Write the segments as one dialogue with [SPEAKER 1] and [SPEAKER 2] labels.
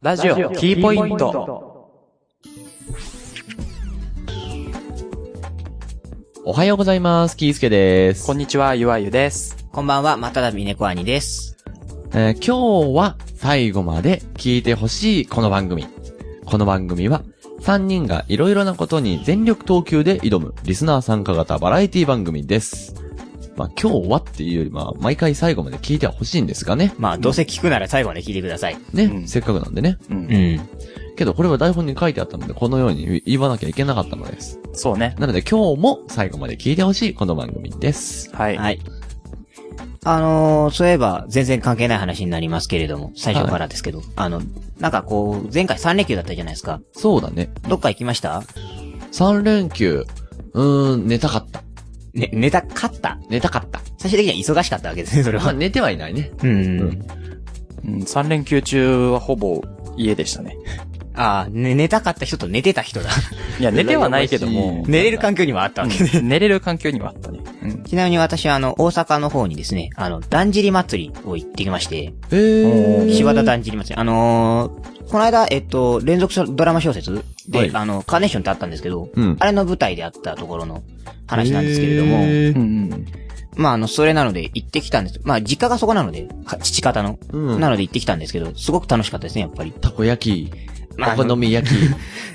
[SPEAKER 1] ラジオキーポイント。
[SPEAKER 2] おはようございます。キースケです。
[SPEAKER 1] こんにちは、ゆわゆです。
[SPEAKER 3] こんばんは、まただびねこ兄です。
[SPEAKER 2] えー今日は最後まで聞いてほしいこの番組。この番組は3人がいろいろなことに全力投球で挑むリスナー参加型バラエティ番組です。まあ今日はっていうよりまあ毎回最後まで聞いてほしいんですがね。
[SPEAKER 3] まあ、どうせ聞くなら最後まで聞いてください。
[SPEAKER 2] ね、
[SPEAKER 1] うん
[SPEAKER 2] せっかくなんでね。
[SPEAKER 1] うん。
[SPEAKER 3] ん。
[SPEAKER 2] けどこれは台本に書いてあったのでこのように言わなきゃいけなかったのです。
[SPEAKER 1] そうね。
[SPEAKER 2] なので今日も最後まで聞いてほしいこの番組です。
[SPEAKER 1] はい。
[SPEAKER 3] はい。あのー、そういえば、全然関係ない話になりますけれども、最初からですけど、あの、なんかこう、前回3連休だったじゃないですか。
[SPEAKER 2] そうだね。
[SPEAKER 3] どっか行きました
[SPEAKER 2] 3連休。うーん、寝たかった。
[SPEAKER 3] ね、ネタ買った
[SPEAKER 2] 寝たかった。
[SPEAKER 3] 最終的には忙しかったわけですね、それ
[SPEAKER 2] まあ
[SPEAKER 3] は。
[SPEAKER 2] 寝てはいないね。
[SPEAKER 3] うん。
[SPEAKER 1] うん、3連休中はほぼ家で したね。
[SPEAKER 3] ああ、ね、寝たかった人と寝てた人だ。
[SPEAKER 1] いや、寝てはないけども、
[SPEAKER 3] 寝れる環境にはあったわけ
[SPEAKER 1] うん 寝れる環境にはあったね。うん。
[SPEAKER 3] ちなみに私はあの、大阪の方にですね、あの、だんじり祭りを行ってきまして、
[SPEAKER 2] えー。
[SPEAKER 3] 柴田だんじり祭り。あのー、この間、えっと、連続ドラマ小説で、
[SPEAKER 2] はい
[SPEAKER 3] あの、カーネーションってあったんですけど、
[SPEAKER 2] うん
[SPEAKER 3] あれの舞台であったところの話なんですけれども、
[SPEAKER 2] へー
[SPEAKER 1] うん
[SPEAKER 3] まあ、あの、それなので行ってきたんです。まあ、実家がそこなので、は父方の。
[SPEAKER 2] うん
[SPEAKER 3] なので行ってきたんですけど、すごく楽しかったですね、やっぱり。
[SPEAKER 2] たこ焼き、
[SPEAKER 3] まあ
[SPEAKER 2] お好み焼き。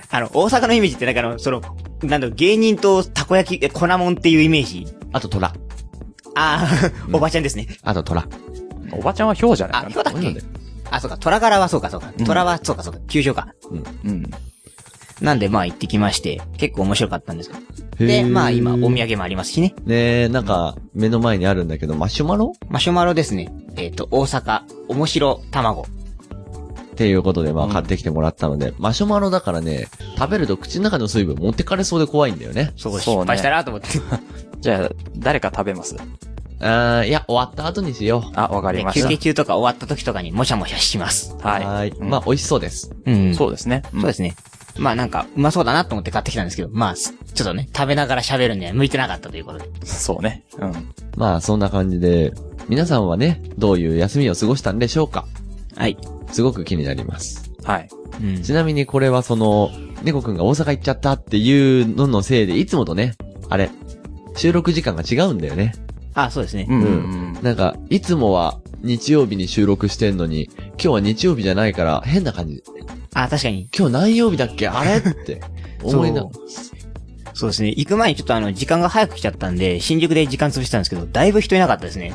[SPEAKER 3] あの、大阪のイメージってなんかあの、その、なんだろう、芸人とたこ焼き、え粉もんっていうイメージ。
[SPEAKER 2] あと虎。
[SPEAKER 3] ああ、おばちゃんですね。
[SPEAKER 2] あと虎。
[SPEAKER 1] うん。おばちゃんはヒョウじゃない
[SPEAKER 3] あ、
[SPEAKER 1] か
[SPEAKER 3] ひ
[SPEAKER 1] な。
[SPEAKER 3] ょうだっ
[SPEAKER 2] そうなんだ
[SPEAKER 3] け
[SPEAKER 2] よ
[SPEAKER 3] あ、そうか、虎柄はそうか、そうか。
[SPEAKER 1] ん
[SPEAKER 3] 虎は、そうか、そうか、急所か。
[SPEAKER 1] うん。
[SPEAKER 3] なんで、まあ行ってきまして、結構面白かったんですけど。
[SPEAKER 2] へ
[SPEAKER 3] で、
[SPEAKER 2] ー
[SPEAKER 3] まあ今、お土産もありますしね。
[SPEAKER 2] ねえ、なんか、目の前にあるんだけど、マシュマロ
[SPEAKER 3] マシュマロですね。えっ、と、大阪、面白卵。
[SPEAKER 2] っていうことで、ま
[SPEAKER 1] う
[SPEAKER 2] あ
[SPEAKER 1] ん
[SPEAKER 2] 買ってきてもらったので、マシュマロだからね、食べると口の中の水分持ってかれそうで怖いんだよね。
[SPEAKER 3] そう
[SPEAKER 1] ね
[SPEAKER 3] 失敗したなと思って。
[SPEAKER 1] じゃあ、誰か食べます
[SPEAKER 2] あーいや、終わった後にしよ
[SPEAKER 1] あ、わかり
[SPEAKER 3] ね
[SPEAKER 1] ま
[SPEAKER 3] 休憩
[SPEAKER 1] し
[SPEAKER 3] 中とか終わった時とかにもしゃもしゃします。
[SPEAKER 1] た。
[SPEAKER 2] う。
[SPEAKER 1] はい。
[SPEAKER 2] ーい。
[SPEAKER 1] うん
[SPEAKER 2] まあ、美味しそうです。
[SPEAKER 3] うんそ
[SPEAKER 1] そうですね。
[SPEAKER 3] う。そうですね。まあなんか、うまそうだなと思って買ってきたんですけど、まあ、すちょっとね、食べながら喋るんで向いてなかったということで。
[SPEAKER 1] す。そうね。うん。
[SPEAKER 2] まあ、そんな感じで、皆さんはね、どういう休みを過ごしたんでしょうか
[SPEAKER 3] はい。
[SPEAKER 2] すごく気になります。
[SPEAKER 1] はい。
[SPEAKER 3] うん。
[SPEAKER 2] ちなみにこれはその、猫くんが大阪行っちゃったっていうののせいで、いつもとね、あれ、収録時間が違うんだよね。
[SPEAKER 3] あ、そうですね。
[SPEAKER 1] うん。
[SPEAKER 2] なんか、いつもは日曜日に収録してんのに、今日は日曜日じゃないから変な感じ。
[SPEAKER 3] あ、確かに。
[SPEAKER 2] 今日何曜日だっけあれ って思いな
[SPEAKER 3] そ。そうですね。行く前にちょっとあの、時間が早く来ちゃったんで、新宿で時間潰してたんですけど、だいぶ人いなかったですね。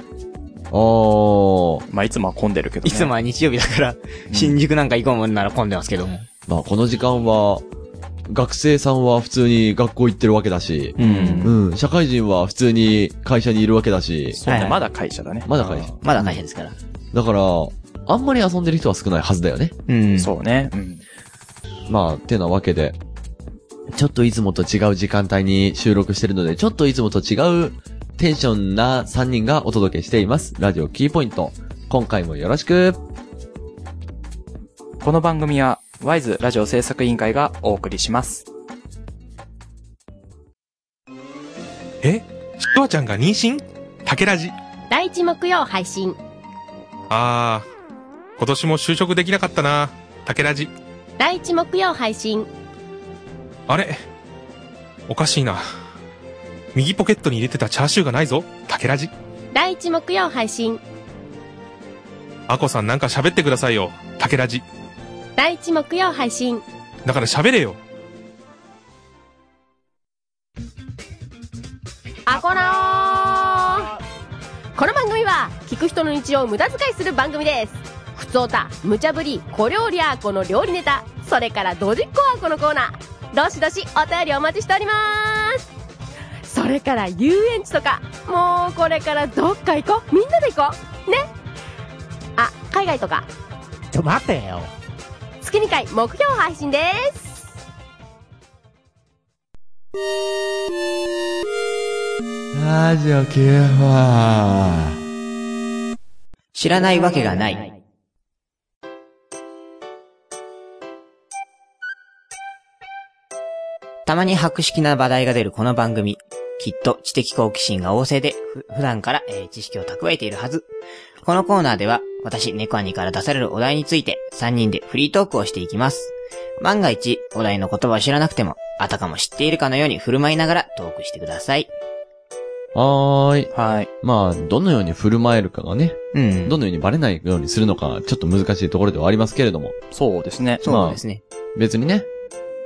[SPEAKER 2] おー。
[SPEAKER 1] まあ、いつもは混んでるけどね。
[SPEAKER 3] いつもは日曜日だから、新宿なんか行こうもんなら混んでますけども。
[SPEAKER 2] まあこの時間は、学生さんは普通に学校行ってるわけだし、
[SPEAKER 3] う
[SPEAKER 1] うん
[SPEAKER 2] うん、社会人は普通に会社にいるわけだし、
[SPEAKER 1] そう
[SPEAKER 3] はい
[SPEAKER 1] ね。
[SPEAKER 3] はい
[SPEAKER 1] まだ会社だね。
[SPEAKER 2] まだ会社。
[SPEAKER 3] まだ会社ですから。
[SPEAKER 2] だから、あんまり遊んでる人は少ないはずだよね。
[SPEAKER 3] うんう。
[SPEAKER 1] そうね。うん。
[SPEAKER 2] まあ、てなわけで、ちょっといつもと違う時間帯に収録してるので、ちょっといつもと違うテンションな3人がお届けしています。ラジオキーポイント。今回もよろしく。
[SPEAKER 1] この番組は、ワイズラジオ制作委員会がお送りします。
[SPEAKER 4] えとわちゃんが妊娠竹ラジ。
[SPEAKER 5] 第一木曜配信
[SPEAKER 4] あー、今年も就職できなかったな。竹ラジ。
[SPEAKER 5] 第一木曜配信
[SPEAKER 4] あれおかしいな。右ポケットに入れてたチャーシューがないぞ。竹ラジ。
[SPEAKER 5] 第一木曜配信
[SPEAKER 4] あこさんなんか喋ってくださいよ。竹ラジ。
[SPEAKER 5] 第一木曜配信
[SPEAKER 4] だから喋れよ。
[SPEAKER 5] アコラオこの番組は聞く人の日常を無駄遣いする番組ですふつおた無茶ぶり小料理アーコの料理ネタそれからドジっ子アーコのコーナーどしどしお便りお待ちしておりますそれから遊園地とかもうこれからどっか行こうみんなで行こうねあ海外とか
[SPEAKER 6] ちょ、待てよ。
[SPEAKER 5] 月2回目標配信です
[SPEAKER 2] ラジオキーは
[SPEAKER 3] 知らないわけがない。たまに博識な話題が出るこの番組。きっと知的好奇心が旺盛で、ふ普段から、えー知識を蓄えているはず。このコーナーでは、私、猫兄から出されるお題について、3人でフリートークをしていきます。万が一、お題の言葉を知らなくても、あたかも知っているかのように振る舞いながらトークしてください。
[SPEAKER 2] はーい。
[SPEAKER 1] はい。
[SPEAKER 2] まあ、どのように振る舞えるかがね、
[SPEAKER 3] うん。
[SPEAKER 2] どのようにバレないようにするのか、ちょっと難しいところではありますけれども、
[SPEAKER 1] そうですね。
[SPEAKER 3] そうですね。
[SPEAKER 2] 別にね、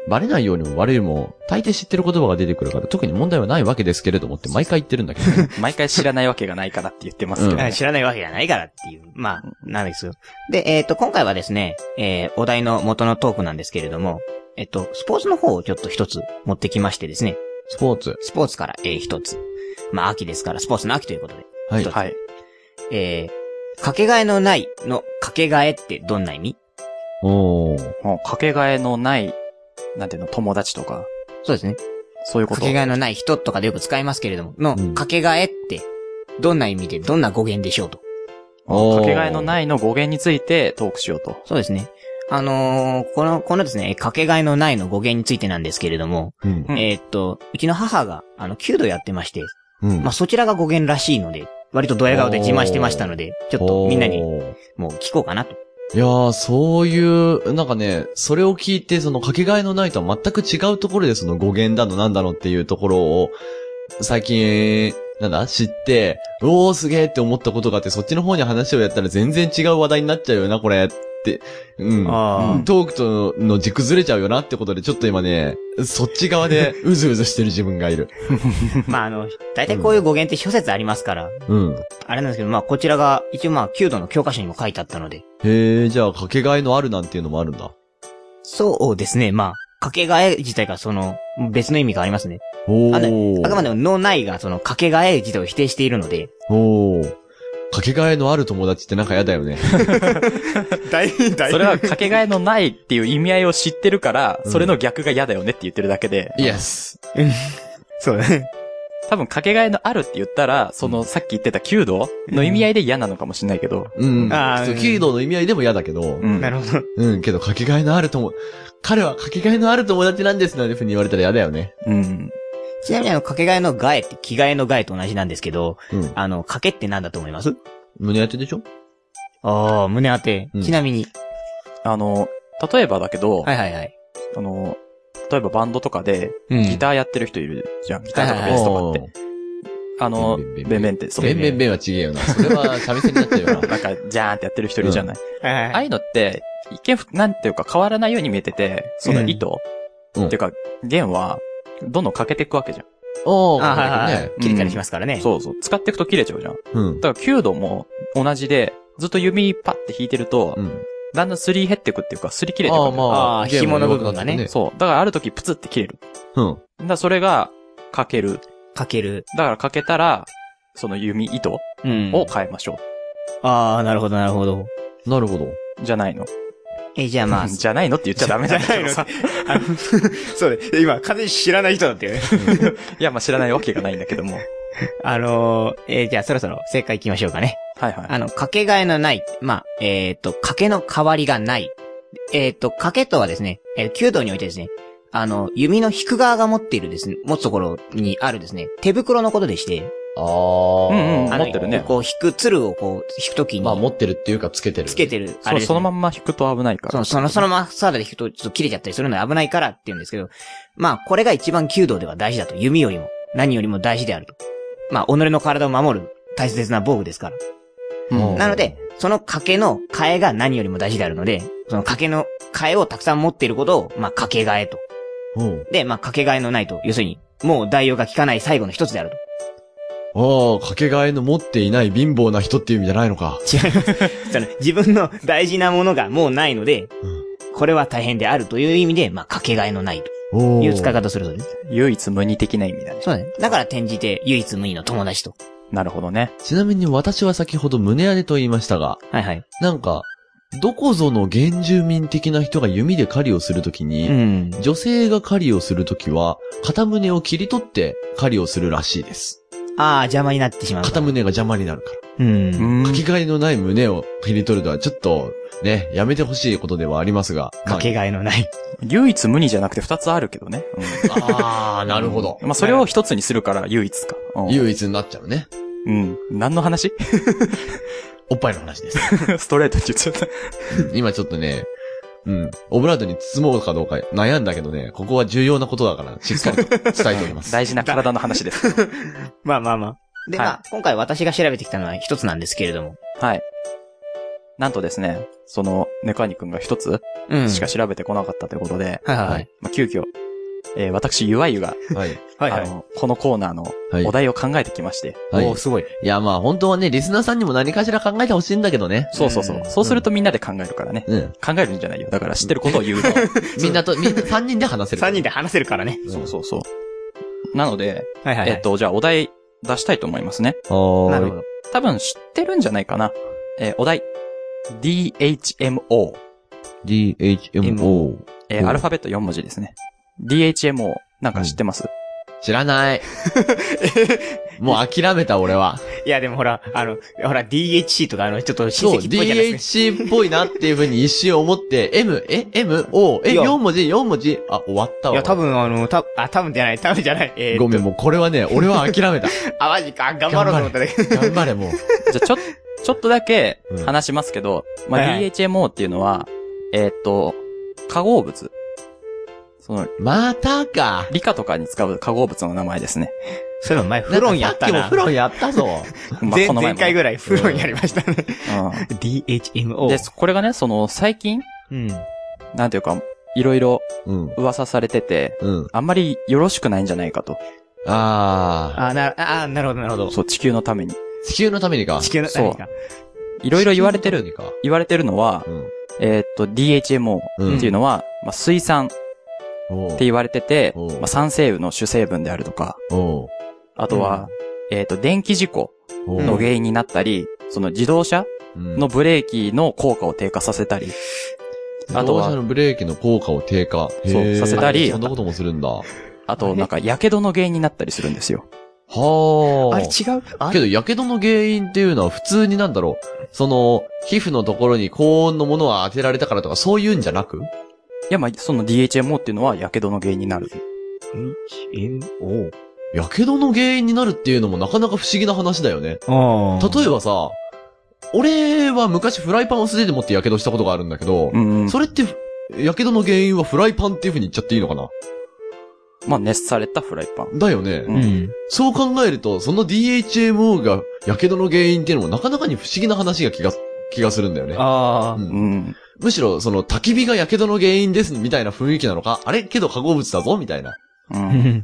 [SPEAKER 2] バレないようにもバレるも、大抵知ってる言葉が出てくるから、特に問題はないわけですけれどもって毎回言ってるんだけど ね。
[SPEAKER 1] 毎回知らないわけがないからって言ってますけど
[SPEAKER 3] あ
[SPEAKER 1] ね。
[SPEAKER 3] 知らないわけがないからっていう。まあ、なんですよ。で、えっ、と、今回はですね、えーお題の元のトークなんですけれども、えっと、スポーツの方をちょっと一つ持ってきましてですね、
[SPEAKER 2] スポーツ。
[SPEAKER 3] スポーツから、えー一つ。まあ、秋ですから、スポーツの秋ということで。
[SPEAKER 2] はい。
[SPEAKER 1] はい。
[SPEAKER 3] えー、かけがえのないのかけがえってどんな意味
[SPEAKER 2] おー。
[SPEAKER 1] もうかけがえのない、なんていうの、友達とか、
[SPEAKER 3] そうですね。
[SPEAKER 1] そういうこ
[SPEAKER 3] か
[SPEAKER 1] と。
[SPEAKER 3] けがえのない人とかでよく使いますけれども、の、
[SPEAKER 2] うん
[SPEAKER 3] かけがえって、どんな意味でどんな語源でしょうと。
[SPEAKER 2] おー
[SPEAKER 1] かけがえのないの語源についてトークしようと。
[SPEAKER 3] そうですね。あのーこの、このですね、かけがえのないの語源についてなんですけれども、
[SPEAKER 2] うん。
[SPEAKER 1] うん
[SPEAKER 3] えーっと、うちの母が、あの、弓道やってまして、
[SPEAKER 2] うん。
[SPEAKER 3] まあ、そちらが語源らしいので、割とドヤ顔で自慢してましたので、ちょっとみんなに
[SPEAKER 2] おー
[SPEAKER 3] もう聞こうかな と。
[SPEAKER 2] いやー、そういう、なんかね、それを聞いて、その、かけがえのないとは全く違うところで、その語源だのなんだのっていうところを、最近、なんだ知って、うおーすげーって思ったことがあって、そっちの方に話をやったら全然違う話題になっちゃうよな、これ。って、うん。
[SPEAKER 3] あ
[SPEAKER 2] トークとの軸ずれちゃうよなってことで、ちょっと今ね、そっち側 でうずうずしてる自分がいる。
[SPEAKER 3] あ、まあ、あの、大体こういう語源って諸説ありますから、
[SPEAKER 2] うん。
[SPEAKER 3] あれなんですけど、まあ、こちらが、一応まあ、弓道の教科書にも書いてあったので、
[SPEAKER 2] へえ、じゃあ、かけがえのあるなんていうのもあるんだ。
[SPEAKER 3] そうですね、まあ、かけがえ自体がその、別の意味がありますね。
[SPEAKER 2] お
[SPEAKER 3] あ
[SPEAKER 2] ー。
[SPEAKER 3] あくまでも脳内がその、かけがえ自体を否定しているので、
[SPEAKER 2] おー。かけがえのある友達ってなんか嫌だ よね。
[SPEAKER 3] 大 大
[SPEAKER 1] それはかけがえのないっていう意味合いを知ってるから、
[SPEAKER 2] うん
[SPEAKER 1] それの逆が嫌だよねって言ってるだけで、
[SPEAKER 2] イエス。
[SPEAKER 3] そうだね。
[SPEAKER 1] 多分かけがえのあるって言ったら、そのさっき言ってた弓道の意味合いで嫌なのかもしれないけど、
[SPEAKER 2] うん。
[SPEAKER 3] あー
[SPEAKER 2] そう弓道の意味合いでも嫌だけど
[SPEAKER 1] う、ん。
[SPEAKER 3] なるほど。
[SPEAKER 2] うん、けどかけがえのある友、彼はかけがえのある友達なんですなんてふうに言われたら嫌だよね。
[SPEAKER 1] うん。
[SPEAKER 3] ちなみにあの、かけがえのがえって、着替えのがえと同じなんですけど、
[SPEAKER 2] うん。
[SPEAKER 3] あの、かけってなんだと思います
[SPEAKER 2] 胸当てでしょ
[SPEAKER 3] ああ、胸当て
[SPEAKER 2] うん。
[SPEAKER 3] ちなみに。
[SPEAKER 1] あの、例えばだけど、
[SPEAKER 3] はいはいはい。
[SPEAKER 1] あの、例えばバンドとかで、
[SPEAKER 3] うん
[SPEAKER 1] ギターやってる人いるじゃん。ギターとか
[SPEAKER 3] はい
[SPEAKER 1] ベ
[SPEAKER 3] は
[SPEAKER 1] ー
[SPEAKER 3] い
[SPEAKER 1] スとかって。あの、
[SPEAKER 2] ベンベンベン
[SPEAKER 1] ベンベンって、そう。
[SPEAKER 2] べんべんべんは違えよな。それは三味線になっちゃう よな。
[SPEAKER 1] なんか、ジャーンってやってる人いるじゃない。
[SPEAKER 3] はい
[SPEAKER 1] ああいうのって、一見ふ、なんていうか変わらないように見えてて、その糸、
[SPEAKER 2] うん
[SPEAKER 1] っていうか、弦は、どんどん欠けていくわけじゃん。
[SPEAKER 2] おー、
[SPEAKER 3] あはいはいは
[SPEAKER 2] ね
[SPEAKER 3] い。切り替えしますからね。
[SPEAKER 1] そうそう。使っていくと切れちゃうじゃん。
[SPEAKER 2] うん。
[SPEAKER 1] だから、9度も同じで、ずっと指パッて弾いてると、
[SPEAKER 2] うん。
[SPEAKER 1] だんだんすり減ってくっていうか、すり切れてくるんだよ、
[SPEAKER 3] ああ紐の部分
[SPEAKER 2] ゲー
[SPEAKER 3] がね
[SPEAKER 2] ムも弱くなって
[SPEAKER 1] そう。だから、ある時プツって切れる。
[SPEAKER 2] う
[SPEAKER 1] だ
[SPEAKER 2] ん。
[SPEAKER 1] からそれが、欠ける。
[SPEAKER 3] かける。
[SPEAKER 1] だから、欠けたら、その弓、糸
[SPEAKER 3] うん
[SPEAKER 1] を変えましょ
[SPEAKER 3] ああ、なるほどなるほど。
[SPEAKER 2] なるほど。
[SPEAKER 1] う。じゃないの。
[SPEAKER 3] え、 じゃあま あ、
[SPEAKER 1] じゃないのって言っちゃダメなんだけどさ。
[SPEAKER 3] あの そうで、今、完全に知らない人だってよね。
[SPEAKER 1] いや、まあ、知らないわけがないんだけども。はい
[SPEAKER 3] あのー、えーじゃあそろそろ正解行きましょうかね。
[SPEAKER 1] はい。
[SPEAKER 3] あの、かけがえのない。まあ、えっ、と、かけの代わりがない。えっ、と、かけとはですね、えー、弓道においてですね、あの、弓の引く側が持っているですね、持つところにあるですね、手袋のことでして、
[SPEAKER 1] うんう
[SPEAKER 2] ああ。
[SPEAKER 1] ん
[SPEAKER 3] あの
[SPEAKER 1] 持ってるね
[SPEAKER 3] こう、引く、鶴をこう、引くときに、
[SPEAKER 2] まあ持ってるっていうかつけてる。
[SPEAKER 3] つけてる、あ
[SPEAKER 1] そ
[SPEAKER 3] れ
[SPEAKER 1] う
[SPEAKER 3] ですね、
[SPEAKER 1] そのまんま引くと危ないか
[SPEAKER 3] そ
[SPEAKER 1] ら。
[SPEAKER 3] の、その、そのままサーダで引くとちょっと切れちゃったりするので危ないからって言うんですけど、まあ、これが一番弓道では大事だと。弓よりも、何よりも大事であると。まあ、己の体を守る大切な防具ですから。
[SPEAKER 2] うん。
[SPEAKER 3] なので、その賭けの替えが何よりも大事であるので、その賭けの替えをたくさん持っていることを、まあ、賭け替えと。
[SPEAKER 2] うん。
[SPEAKER 3] で、まあ、賭け替えのないと。要するに、もう代用が効かない最後の一つであると。
[SPEAKER 2] ああ、かけがえの持っていない貧乏な人っていう意味じゃないのか。
[SPEAKER 3] 違います。その自分の大事なものがもうないので、
[SPEAKER 2] うん
[SPEAKER 3] これは大変であるという意味で、まあ、賭け替えのない
[SPEAKER 2] お
[SPEAKER 3] と
[SPEAKER 2] ー
[SPEAKER 3] いう使い方をするのです。
[SPEAKER 1] 唯一無二的な意味だね。
[SPEAKER 3] そうだね。だから転じて唯一無二の友達と。
[SPEAKER 1] なるほどね。
[SPEAKER 2] ちなみに私は先ほど胸当てと言いましたが、
[SPEAKER 3] はいはい。
[SPEAKER 2] なんか、どこぞの原住民的な人が弓で狩りをするときに、
[SPEAKER 3] ん。
[SPEAKER 2] 女性が狩りをするときは、片胸を切り取って狩りをするらしいです。
[SPEAKER 3] ああ、邪魔になってしまう。
[SPEAKER 2] 片。胸が邪魔になるか
[SPEAKER 1] う
[SPEAKER 2] ら。
[SPEAKER 3] う。
[SPEAKER 1] んん
[SPEAKER 2] か。けがえのない胸を切り取るのはちょっと、ね、やめてほしいことではありますが。
[SPEAKER 3] かけ
[SPEAKER 2] が
[SPEAKER 3] がえのない。
[SPEAKER 1] 唯一無二じゃなくて二つあるけどね。
[SPEAKER 2] え。ああ、なるほど
[SPEAKER 1] うん。まあ、それを一つにするから唯一か。うん
[SPEAKER 2] 唯一になっちゃうね。
[SPEAKER 1] うん。何の話
[SPEAKER 7] おっぱいの話です。
[SPEAKER 1] ストレートに言っちゃった。
[SPEAKER 2] 今ちょっとね、うん、オブラートに包もうかどうか悩んだけどね、ここは重要なことだから、しっかりと伝えておりま す。
[SPEAKER 1] 大事な体の話です。
[SPEAKER 3] まあまあまあ。で、
[SPEAKER 1] はい
[SPEAKER 3] まあ、今回私が調べてきたのは一つなんですけれども。
[SPEAKER 1] はい。なんとですね、その、ネカニ君が一つ
[SPEAKER 3] うん
[SPEAKER 1] しか調べてこなかったということで、
[SPEAKER 3] はいはいはい。
[SPEAKER 1] まあ、急遽、えー私、ゆわゆが、
[SPEAKER 2] はい。
[SPEAKER 3] はい
[SPEAKER 1] あの、このコーナーの
[SPEAKER 2] はい
[SPEAKER 1] お題を考えてきまして、
[SPEAKER 2] はい。
[SPEAKER 3] すごい。
[SPEAKER 2] いや、まあ本当はね、リスナーさんにも何かしら考えてほしいんだけどね。
[SPEAKER 1] そうそうそうう。
[SPEAKER 3] ん
[SPEAKER 1] そうするとみんなで考えるからね。
[SPEAKER 2] うん。
[SPEAKER 1] 考えるんじゃないよ。だから知ってることを言うの。
[SPEAKER 2] みんなと、みんな3人で話せる。
[SPEAKER 3] 3人で話せるからね。
[SPEAKER 1] そうそうそう。なので、
[SPEAKER 3] はいはい、
[SPEAKER 1] えっ、と、じゃあお題出したいと思いますね。
[SPEAKER 2] はーい。
[SPEAKER 3] なるほど。
[SPEAKER 1] 多分知ってるんじゃないかな。えーお題。DHMO。
[SPEAKER 2] DHMO。
[SPEAKER 1] えー
[SPEAKER 2] おう
[SPEAKER 1] アルファベット4文字ですね。DHMO。なんか知ってます、
[SPEAKER 2] 知らない。もう諦めた俺は。
[SPEAKER 3] いや、でもほら、あの、ほら、DHC とか、あの、ちょっと
[SPEAKER 2] そ
[SPEAKER 3] 親
[SPEAKER 2] う、
[SPEAKER 3] 戚っぽいじゃないですか。
[SPEAKER 2] DHC っぽいなっていうふうに一瞬思って、M、え、M、O、え、
[SPEAKER 3] いや
[SPEAKER 2] 4文字、4文字。あ、終わったわ。
[SPEAKER 3] いや、多分、あの、た、あ、多分じゃない、多分じゃない。えー、
[SPEAKER 2] ごめん、もうこれはね、俺は諦め た。
[SPEAKER 3] あ、マジか、頑張ろうと思ったね。
[SPEAKER 2] 頑張れ、もう。
[SPEAKER 1] じゃ あちょ、ちょっとだけ
[SPEAKER 2] うん
[SPEAKER 1] 話しますけど、まあ、
[SPEAKER 3] はいはい
[SPEAKER 1] DHMO っていうのは、えーっと、化合物。その、
[SPEAKER 2] またか。
[SPEAKER 1] 理科とかに使う化合物の名前 ですね。
[SPEAKER 3] そういえば前、フロンやった
[SPEAKER 2] んかさ
[SPEAKER 3] な。
[SPEAKER 2] っきもフロンやったぞ。
[SPEAKER 1] まあ
[SPEAKER 3] 前
[SPEAKER 1] この前
[SPEAKER 3] 前
[SPEAKER 1] も
[SPEAKER 3] 回ぐらいフロンやりましたね。
[SPEAKER 1] う
[SPEAKER 3] DHMO。
[SPEAKER 1] ん。で、これがね、その、最近、
[SPEAKER 3] うん。
[SPEAKER 1] なんていうか、いろいろ
[SPEAKER 2] うん。
[SPEAKER 1] 噂されてて、
[SPEAKER 2] うん。
[SPEAKER 1] あんまりよろしくないんじゃないかと。
[SPEAKER 2] あ
[SPEAKER 3] あ、な、あ、なるほど、なるほど。
[SPEAKER 1] そう、地球のために。
[SPEAKER 2] ー。地球のためにか。
[SPEAKER 3] 地球の、
[SPEAKER 1] そう
[SPEAKER 3] 何か。
[SPEAKER 1] いろいろ言われてる、
[SPEAKER 2] 地球のた
[SPEAKER 1] 言われてるのは、
[SPEAKER 2] めにか。
[SPEAKER 1] えーっと、DHMO
[SPEAKER 2] うん。
[SPEAKER 1] っていうのは、まあ、水酸って
[SPEAKER 2] のって
[SPEAKER 1] 言われてて、
[SPEAKER 2] おう
[SPEAKER 1] まあ、酸性雨の主成分であるとか、
[SPEAKER 2] おう
[SPEAKER 1] あとは、えーっと、電気事故
[SPEAKER 2] おう
[SPEAKER 1] の原因になったり、その自動車の
[SPEAKER 2] の、
[SPEAKER 1] ブレーキの効果を低下させたり、あ
[SPEAKER 2] あ
[SPEAKER 1] と
[SPEAKER 2] と
[SPEAKER 1] は
[SPEAKER 2] は、のブレーキの効果を低下。
[SPEAKER 1] そう
[SPEAKER 2] へー
[SPEAKER 1] させたり
[SPEAKER 2] そんなこともするんだ。は
[SPEAKER 1] あと、なんか、火傷の原因になったりするんですよ。
[SPEAKER 2] あ。
[SPEAKER 3] あれ違うあ
[SPEAKER 2] けど、やけどの原因っていうのは普通になんだろう。その、皮膚のところに高温のものを当てられたからとか、そういうんじゃなく
[SPEAKER 1] いや、まあ、その DHMO っていうのは、火傷の原因になる。
[SPEAKER 3] ?HMO。
[SPEAKER 2] やけどの原因になるっていうのもなかなか不思議な話だよね。
[SPEAKER 3] あー
[SPEAKER 2] 例えばさ、俺は昔フライパンを素手で持ってやけどしたことがあるんだけど
[SPEAKER 1] う、ん、うん。
[SPEAKER 2] それって、やけどの原因はフライパンっていう風に言っちゃっていいのかな
[SPEAKER 1] まあ、熱されたフライパン。
[SPEAKER 2] だよね。
[SPEAKER 1] うん
[SPEAKER 2] そう考えると、その DHMO がやけどの原因っていうのもなかなかに不思議な話が気が、気がするんだよね。
[SPEAKER 3] あ
[SPEAKER 2] うん
[SPEAKER 1] うん。
[SPEAKER 2] むしろ、その、焚き火が火傷の原因です、みたいな雰囲気なのか、あれけど化合物だぞ、みたいな。
[SPEAKER 1] う
[SPEAKER 3] あ。
[SPEAKER 1] ん。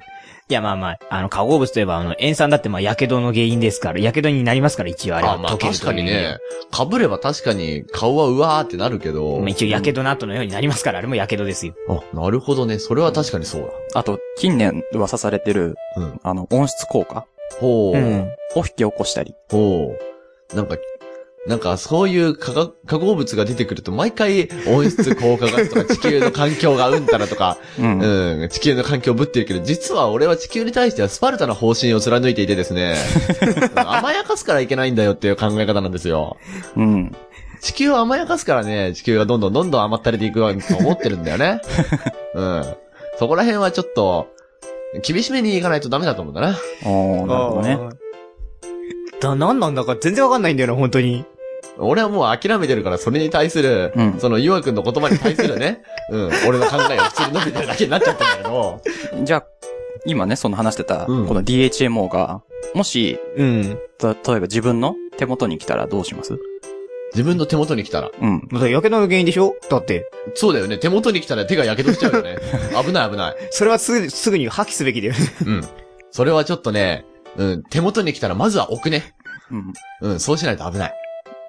[SPEAKER 3] いや、まあまあ、あの、化合物といえば、あの、塩酸だって、まあ、火傷の原因ですから、火傷になりますから、一応あれは。
[SPEAKER 2] まあ
[SPEAKER 3] 溶ける
[SPEAKER 2] 確
[SPEAKER 3] と
[SPEAKER 2] かにね。、被れば確かに顔はうわーってなるけど
[SPEAKER 3] まあ、。一応、火傷の後のようになりますから、あれも火傷ですよ。
[SPEAKER 2] あ、なるほどね。それは確かにそう
[SPEAKER 1] あと、近年噂されてる、
[SPEAKER 2] だ。うん。
[SPEAKER 1] あの、温室効果
[SPEAKER 2] ほ
[SPEAKER 1] を
[SPEAKER 2] う、
[SPEAKER 1] 引き起こしたり。
[SPEAKER 2] ほう。なんか、なんかそういう化学化合物が出てくると毎回温室効果ガスとか地球の環境がうんたらとか、
[SPEAKER 1] うん
[SPEAKER 2] うん、地球の環境ぶってるけど、実は俺は地球に対してはスパルタな方針を貫いていてです ね、うん甘やかすからいけないんだよっていう考え方なんですよ。
[SPEAKER 1] うん。
[SPEAKER 2] 地球を甘やかすからね、地球がどんどんどんどん甘ったれていくわと思ってるんだよ ね。うん。そこら辺はちょっと、厳しめにいかないとダメだと思うんだな。
[SPEAKER 1] おーなるほどね。
[SPEAKER 3] だ、なんなんだか全然わかんないんだよな、本当に。
[SPEAKER 2] 俺はもう諦めてるから、それに対する、
[SPEAKER 1] うん
[SPEAKER 2] その、ゆわくんの言葉に対する ね、うん、俺の考えが普通に伸びてるだけになっちゃったんだけど、
[SPEAKER 1] じゃあ、今ね、その話してた、こ
[SPEAKER 2] うん
[SPEAKER 1] の DHMO が、もし、
[SPEAKER 3] うん。
[SPEAKER 1] た例えば自分の手元に来たらどうします
[SPEAKER 2] 自分の手元に来たら。
[SPEAKER 1] うん。
[SPEAKER 3] だから火傷の原因でしょだって。
[SPEAKER 2] そうだよね、手元に来たら手が火傷しちゃう よね。危ない危ない。
[SPEAKER 3] それはすぐ、すぐに破棄すべきだよね。
[SPEAKER 2] うん。それはちょっとね、うん、手元に来たらまずは置くね。
[SPEAKER 1] うん。
[SPEAKER 2] うん、そうしないと危ない。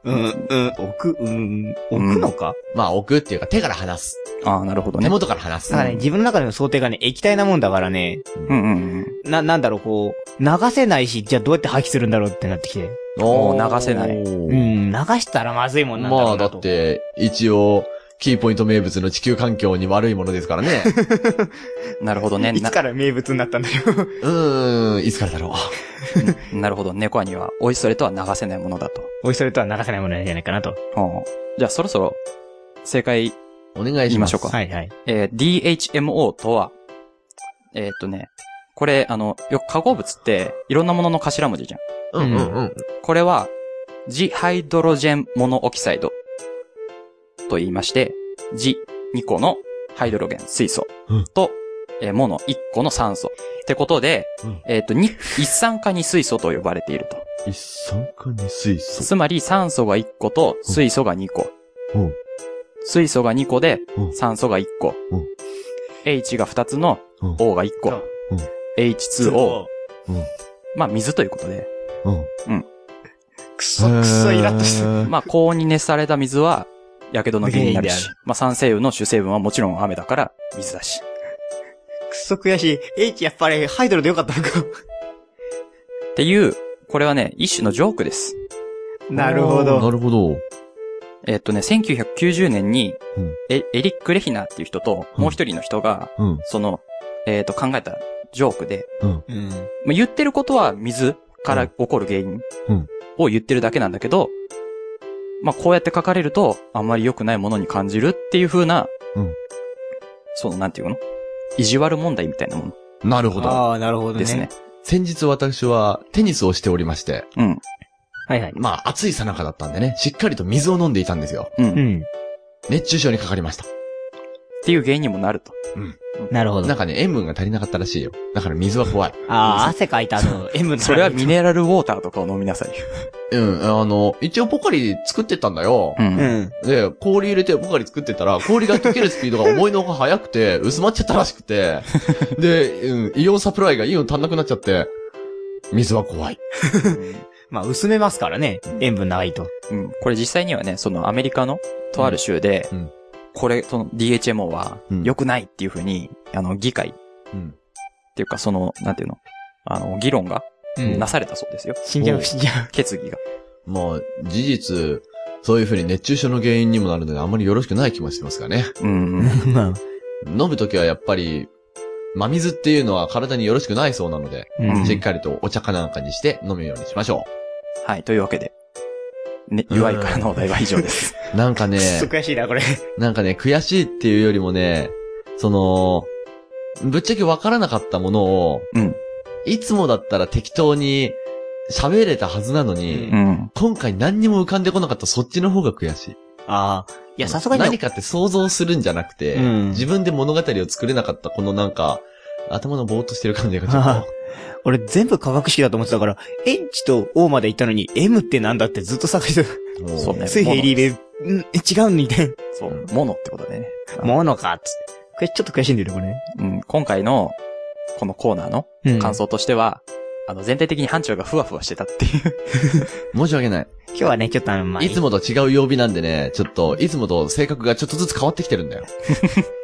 [SPEAKER 3] うん、うん、置く、うん、
[SPEAKER 1] 置くの
[SPEAKER 3] か、
[SPEAKER 2] まあ、置くっていうか、手から離す。
[SPEAKER 1] ああ、なるほど
[SPEAKER 2] 手
[SPEAKER 1] ね。
[SPEAKER 2] 元から離す。
[SPEAKER 3] だからね、自分の中での想定がね、液体なもんだからね、
[SPEAKER 1] うんうんうん。
[SPEAKER 3] な、なんだろう、こう、流せないし、じゃあどうやって破棄するんだろうってなってきて。
[SPEAKER 1] おー流せない
[SPEAKER 3] うん、流したらまずいもんなんだ
[SPEAKER 2] ま
[SPEAKER 3] ろう
[SPEAKER 2] あ
[SPEAKER 3] な
[SPEAKER 2] だ
[SPEAKER 3] と。
[SPEAKER 2] って、一応、キーポイント名物の地球環境に悪いものですから ね。
[SPEAKER 1] なるほどね。
[SPEAKER 3] い
[SPEAKER 1] な
[SPEAKER 3] つ、から名物になったんだよ。
[SPEAKER 2] うーん、いつからだろ
[SPEAKER 1] なるほど。猫には、おいそれとは流せないものだと。
[SPEAKER 3] おいそれとは流せないものなんじゃないかなと。
[SPEAKER 1] うんじゃあ、そろそろ、正解、
[SPEAKER 2] う。お願いします。
[SPEAKER 1] 言いましょうか
[SPEAKER 3] はいはい。
[SPEAKER 1] えー DHMO とは、えーっとね、これ、あの、よく化合物って、いろんなものの頭文字じゃん。
[SPEAKER 7] うんうんうん。
[SPEAKER 1] これは、ジハイドロジェンモノオキサイド。と言いまして、ジ2個のハイドロゲン、水素
[SPEAKER 2] うん
[SPEAKER 1] と、えーモノ1個の酸素。ってことで、
[SPEAKER 2] うん
[SPEAKER 1] えっ、と、に一酸化二水素と呼ばれていると。
[SPEAKER 2] 一酸化二水素。
[SPEAKER 1] つまり酸素が1個と水素が2個。
[SPEAKER 2] うん
[SPEAKER 1] 水素が2個で
[SPEAKER 2] うん
[SPEAKER 1] 酸素が1個。
[SPEAKER 2] うん
[SPEAKER 1] H が2つの
[SPEAKER 2] うん
[SPEAKER 1] O が1個。
[SPEAKER 7] うん
[SPEAKER 1] H2O。まあ水ということで。
[SPEAKER 2] うん。
[SPEAKER 7] くそ、くそイラッとした。
[SPEAKER 2] た。
[SPEAKER 1] まあ高温に熱された水は火傷の原因になる
[SPEAKER 7] 原因
[SPEAKER 1] し
[SPEAKER 7] であ。
[SPEAKER 1] まあ酸性雨の主成分はもちろん雨だから水だし。
[SPEAKER 7] くそ悔しい。H やっぱりハイドルでよか ったのか。
[SPEAKER 1] っていう、これはね、一種のジョークです。
[SPEAKER 7] なるほ
[SPEAKER 2] な
[SPEAKER 7] ど。
[SPEAKER 2] るほど。
[SPEAKER 1] えっとね、1990年に
[SPEAKER 2] うん
[SPEAKER 1] エ、エリック・レヒナーっていう人と、もう一人の人が、
[SPEAKER 2] うん。
[SPEAKER 1] その、えっ、と、考えたジョークで、
[SPEAKER 7] うん。
[SPEAKER 1] まあ、言ってることは水から起こる原因
[SPEAKER 2] うん
[SPEAKER 1] を言ってるだけなんだけど、まあ、こうやって書かれると、あんまり良くないものに感じるっていう風な、
[SPEAKER 2] うん
[SPEAKER 1] その、なんていうの意地悪問題みたいなも
[SPEAKER 2] なるほど。
[SPEAKER 7] ああ、なるほ
[SPEAKER 1] の
[SPEAKER 7] どね。
[SPEAKER 1] ですね。。
[SPEAKER 2] 先日私はテニスをしておりまして、
[SPEAKER 1] うん。
[SPEAKER 3] はいはい。
[SPEAKER 2] まあ暑いさなかだったんでね、しっかりと水を飲んでいたんですよ。
[SPEAKER 1] うん。
[SPEAKER 3] う
[SPEAKER 1] っ
[SPEAKER 3] ん。
[SPEAKER 2] 熱中症にかかりました。
[SPEAKER 1] ていう原因にもなると。
[SPEAKER 3] なるほ
[SPEAKER 2] な
[SPEAKER 3] ど
[SPEAKER 2] ん。かね、塩分が足りなかったらしいよ。だから水は怖い。
[SPEAKER 3] ああ、汗かいた後、M
[SPEAKER 1] それはミネラルウォーターとかを飲みなさい。
[SPEAKER 2] うん、あの、一応ポカリ作ってたんだよ。
[SPEAKER 1] う。
[SPEAKER 7] うんん。
[SPEAKER 2] で、氷入れてポカリ作ってたら、氷が溶けるスピードが思いのほか早く て、薄まっちゃったらしくて、で、うん、イオンサプライがイオン足んなくなっちゃって、水は怖い。
[SPEAKER 3] まあ、薄めますからね。塩分ないと。
[SPEAKER 1] うん。これ実際にはね、そのアメリカのとある州で、
[SPEAKER 2] うんうん
[SPEAKER 1] これ、その DHMO は
[SPEAKER 2] うん
[SPEAKER 1] 良くないっていう風に、あの、議会
[SPEAKER 2] うん。
[SPEAKER 1] っていうか、その、なんていうのあの、議論が
[SPEAKER 3] うん
[SPEAKER 1] なされたそうですよ。
[SPEAKER 3] 死んじゃう、死んじゃう。
[SPEAKER 1] 決議が。
[SPEAKER 2] まあ、事実、そういう風に熱中症の原因にもなるので、あんまりよろしくない気もしてますからね。
[SPEAKER 1] うんうん。
[SPEAKER 3] ま
[SPEAKER 2] 飲むときはやっぱり、真水っていうのは体によろしくないそうなので、
[SPEAKER 3] あ、うん
[SPEAKER 2] しっかりとお茶かなんかにして飲むようにしましょ
[SPEAKER 1] はい、というわけで。ね、
[SPEAKER 2] うん
[SPEAKER 1] UI からのお題は以上です。
[SPEAKER 2] う。なんかね
[SPEAKER 7] く、そ悔しいな、これ。
[SPEAKER 2] なんかね、悔しいっていうよりもね、その、ぶっちゃけわからなかったものを、
[SPEAKER 1] うん
[SPEAKER 2] いつもだったら適当に喋れたはずなのに、
[SPEAKER 7] うん
[SPEAKER 1] うん。
[SPEAKER 2] 今回何にも浮かんでこなかったそっちの方が悔しい。
[SPEAKER 3] ああ。いや、さすがに。
[SPEAKER 2] 何かって想像するんじゃなくて、
[SPEAKER 3] うん
[SPEAKER 2] 自分で物語を作れなかったこのなんか、頭のぼーっとしてる感じがちょっ
[SPEAKER 3] 俺全部化学式だと思ってたから、H と O まで行ったのに M ってなんだってずっと探して
[SPEAKER 2] と。も
[SPEAKER 1] そうね
[SPEAKER 3] た。水平リレー、うん、違うんみたいな。
[SPEAKER 1] そう、ものってことでね。
[SPEAKER 3] ものか、つって。これちょっと悔しいんだよね、これね。
[SPEAKER 1] うん、今回の、このコーナーの
[SPEAKER 3] うん
[SPEAKER 1] 感想としては、あの、全体的に班長がふわふわしてたっていう。
[SPEAKER 2] 申し訳ない。
[SPEAKER 3] 今日はね、ちょっとあの、まあ、
[SPEAKER 2] いつもと違う曜日なんでね、ちょっと、いつもと性格がちょっとずつ変わってきてるんだよ。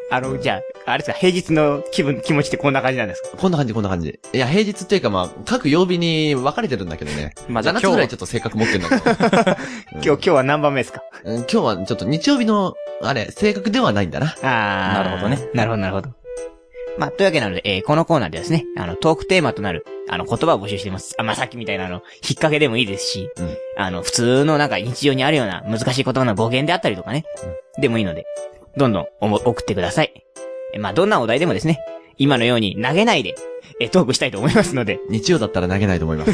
[SPEAKER 3] あの、じゃあ、あれですか、平日の気分、気持ちってこんな感じなんですか
[SPEAKER 2] こんな感じ、こんな感じ。いや、平日っていうかまあ、各曜日に分かれてるんだけどね。
[SPEAKER 1] まあ、じゃあ
[SPEAKER 2] 7つ
[SPEAKER 1] 今
[SPEAKER 2] ぐ
[SPEAKER 1] 日
[SPEAKER 2] ら
[SPEAKER 1] はい
[SPEAKER 2] ちょっと性格持ってんだけど。
[SPEAKER 3] 今日、今日は何番目ですか
[SPEAKER 2] うん今日はちょっと日曜日の、あれ、性格ではないんだな。
[SPEAKER 3] ああ。
[SPEAKER 1] なるほどね。
[SPEAKER 3] なるほど、なるほど。まあ、というわけなので、えーこのコーナーでですね、あの、トークテーマとなる、あの、言葉を募集しています。あ、まあ、さっきみたいな、あの、引っ掛けでもいいですし、
[SPEAKER 2] うん
[SPEAKER 3] あの、普通のなんか日常にあるような難しい言葉の語源であったりとかね、でもいいので、どんどんおも送ってください。えまあ、どんなお題でもですね、今のように投げないで、えートークしたいと思いますので、
[SPEAKER 2] 日曜だったら投げないと思 います。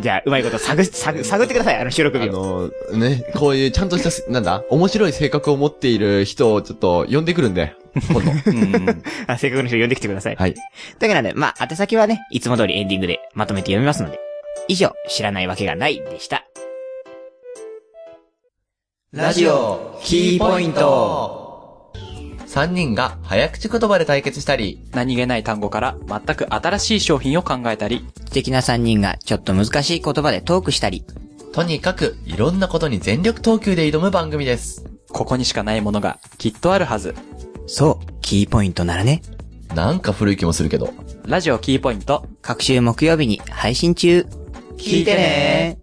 [SPEAKER 3] じゃあ、うまいこと探し、探探ってください、あの、収録
[SPEAKER 2] あ
[SPEAKER 3] 日を。
[SPEAKER 2] の、ね、こういうちゃんとした、なんだ、面白い性格を持っている人をちょっと呼んでくるんで、今 度。
[SPEAKER 1] うんうん。
[SPEAKER 3] あ正確の人呼んできてください。
[SPEAKER 2] はい。
[SPEAKER 3] というわけなので、まあ、宛先はね、いつも通りエンディングでまとめて読みますので。以上、知らないわけがないでした。
[SPEAKER 2] ラジオ、キーポイント。3人が早口言葉で対決したり、
[SPEAKER 1] 何気ない単語から全く新しい商品を考えたり、
[SPEAKER 3] 素敵な3人がちょっと難しい言葉でトークしたり、
[SPEAKER 2] とにかくいろんなことに全力投球で挑む番組です。
[SPEAKER 1] ここにしかないものがきっとあるはず。
[SPEAKER 3] そう、キーポイントならね、
[SPEAKER 2] なんか古い気もするけど。
[SPEAKER 1] ラジオキーポイント。
[SPEAKER 3] 各週木曜日に配信中。聞いてね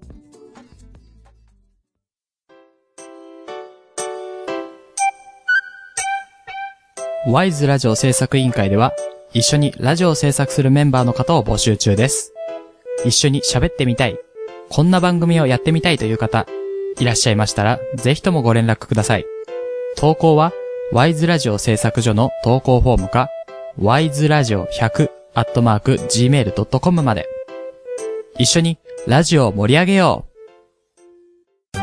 [SPEAKER 8] ワイズラジオ制作委員会では、一緒にラジオを制作するメンバーの方を募集中です。一緒に喋ってみたい、こんな番組をやってみたいという方、いらっしゃいましたら、ぜひともご連絡ください。投稿は、ワイズラジオ制作所の投稿フォームか、ワイズラジオ100アットマーク gmail.com まで。一緒にラジオを盛り上げよう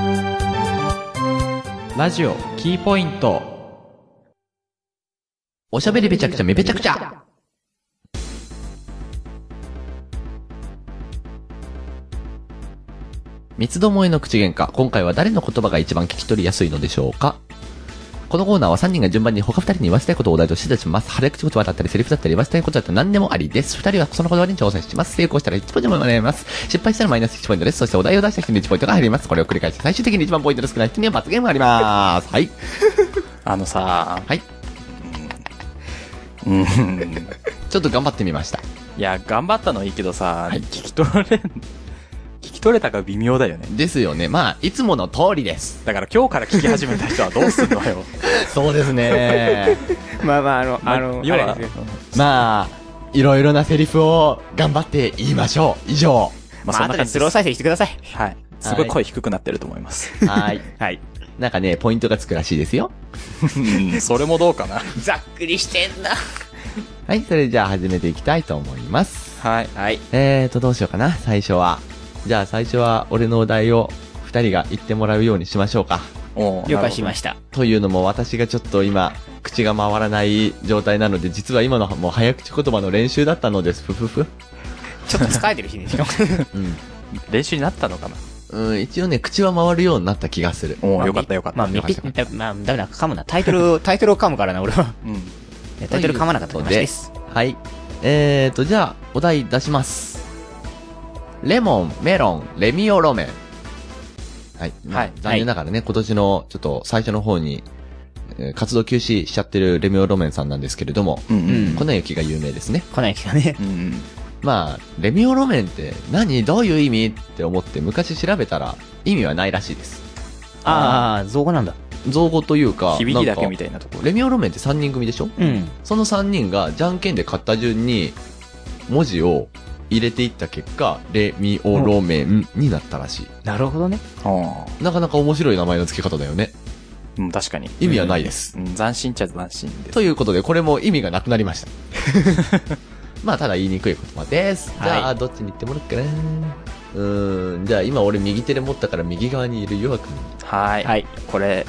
[SPEAKER 8] ラジオキーポイント
[SPEAKER 2] おしゃべりべちゃくちゃめべちゃくちゃ三つどもえの口喧嘩。今回は誰の言葉が一番聞き取りやすいのでしょうかこのコーナーは3人が順番に他2人に言わせたいことをお題として出します。早口言葉だったり、セリフだったり、言わせたいことだったり何でもありです。2人はその言葉に挑戦します。成功したら1ポイントもらえます。失敗したらマイナス1ポイントです。そしてお題を出した人に1ポイントが入ります。これを繰り返して最終的に一番ポイントの少ない人には罰ゲームがあります。はい。
[SPEAKER 1] あのさ、
[SPEAKER 2] はい。
[SPEAKER 1] うん、い
[SPEAKER 2] ちょっと頑張ってみました。
[SPEAKER 1] や、頑張ったのはいいけどさ、
[SPEAKER 2] はい
[SPEAKER 1] 聞き取れん、聞き取れたか微妙だよね。
[SPEAKER 2] ですよね。まあ、いつもの通りです。
[SPEAKER 1] だから今日から聞き始めた人はどうすんの よ。
[SPEAKER 2] そうですね。
[SPEAKER 7] まあまあ、あの、あの、
[SPEAKER 1] 要
[SPEAKER 7] あ
[SPEAKER 1] は
[SPEAKER 7] れですよ、
[SPEAKER 2] まあ、いろいろなセリフを頑張って言いましょう。以上。
[SPEAKER 1] まあ
[SPEAKER 7] まあ、
[SPEAKER 1] そん
[SPEAKER 7] 後
[SPEAKER 1] な
[SPEAKER 7] で
[SPEAKER 1] 感
[SPEAKER 7] ス
[SPEAKER 1] じ
[SPEAKER 7] ロ
[SPEAKER 1] で
[SPEAKER 7] ー
[SPEAKER 1] す。
[SPEAKER 7] 再生してください。
[SPEAKER 1] はい。すごい声低くなってると思います。
[SPEAKER 2] はい。
[SPEAKER 1] はい。
[SPEAKER 2] なんかね、ポイントがつくらしいですよ。
[SPEAKER 1] うんそれもどうかな。
[SPEAKER 3] ざっくりしてんな。
[SPEAKER 2] はい、それじゃあ始めていきたいと思います。
[SPEAKER 1] はい。はい。
[SPEAKER 2] えーと、どうしようかな、最初は。じゃあ最初は俺のお題を二人が言ってもらうようにしましょうか。
[SPEAKER 1] お
[SPEAKER 3] 了解しま
[SPEAKER 1] し
[SPEAKER 3] した。
[SPEAKER 2] というのも私がちょっと今、口が回らない状態なので、実は今のはもう早口言葉の練習だったのです。ふふふ。
[SPEAKER 3] ちょっと疲れてる日でしょ。
[SPEAKER 2] うん。
[SPEAKER 1] た。練習になったのかな
[SPEAKER 2] うん、一応ね、口は回るようになった気がする。
[SPEAKER 1] おーよかったよかった。
[SPEAKER 3] まあ、
[SPEAKER 1] う
[SPEAKER 3] みぴ、まあ、ダメだ、噛むな。タイトル を、タイトルを噛むからな、俺は。
[SPEAKER 1] ん。
[SPEAKER 3] いやタイトル噛まなかった話です。
[SPEAKER 2] はい。えーと、じゃあ、お題出します。レモン、メロン、レミオロメン。はい。まあ
[SPEAKER 1] はい
[SPEAKER 2] 残念ながらね、今年の、ちょっと最初の方に、えー活動休止しちゃってるレミオロメンさんなんですけれども、
[SPEAKER 1] うんう。
[SPEAKER 3] うんん
[SPEAKER 2] 粉雪が有名ですね。
[SPEAKER 3] 来ない気がね。
[SPEAKER 1] うんうん。
[SPEAKER 2] まあ、レミオロメンって何どういう意味って思って昔調べたら意味はないらしいです。
[SPEAKER 3] ああ、造語なんだ。
[SPEAKER 2] 造語というか、
[SPEAKER 1] 響きだけみ
[SPEAKER 2] た
[SPEAKER 1] たいなところで。
[SPEAKER 2] レミオロメンって3人組でしょ
[SPEAKER 3] うん。
[SPEAKER 2] その3人がじゃんけんで買った順に文字を入れていった結果、レミオロメンになったらしい。
[SPEAKER 3] なるほどね。
[SPEAKER 1] ああ
[SPEAKER 2] なかなか面白い名前の付け方だよね。
[SPEAKER 1] うん、確かに。
[SPEAKER 2] 意味はないです。
[SPEAKER 1] うん、斬新っちゃ斬新です。
[SPEAKER 2] ということで、これも意味がなくなりま した。まあ、ただ言いにくい言葉です。じゃあ、
[SPEAKER 3] は
[SPEAKER 2] どっちに行ってもらおうかな。うーん、じゃあ今俺右手で持ったから右側にいる弱くん。
[SPEAKER 1] はい。
[SPEAKER 3] はい
[SPEAKER 1] これ、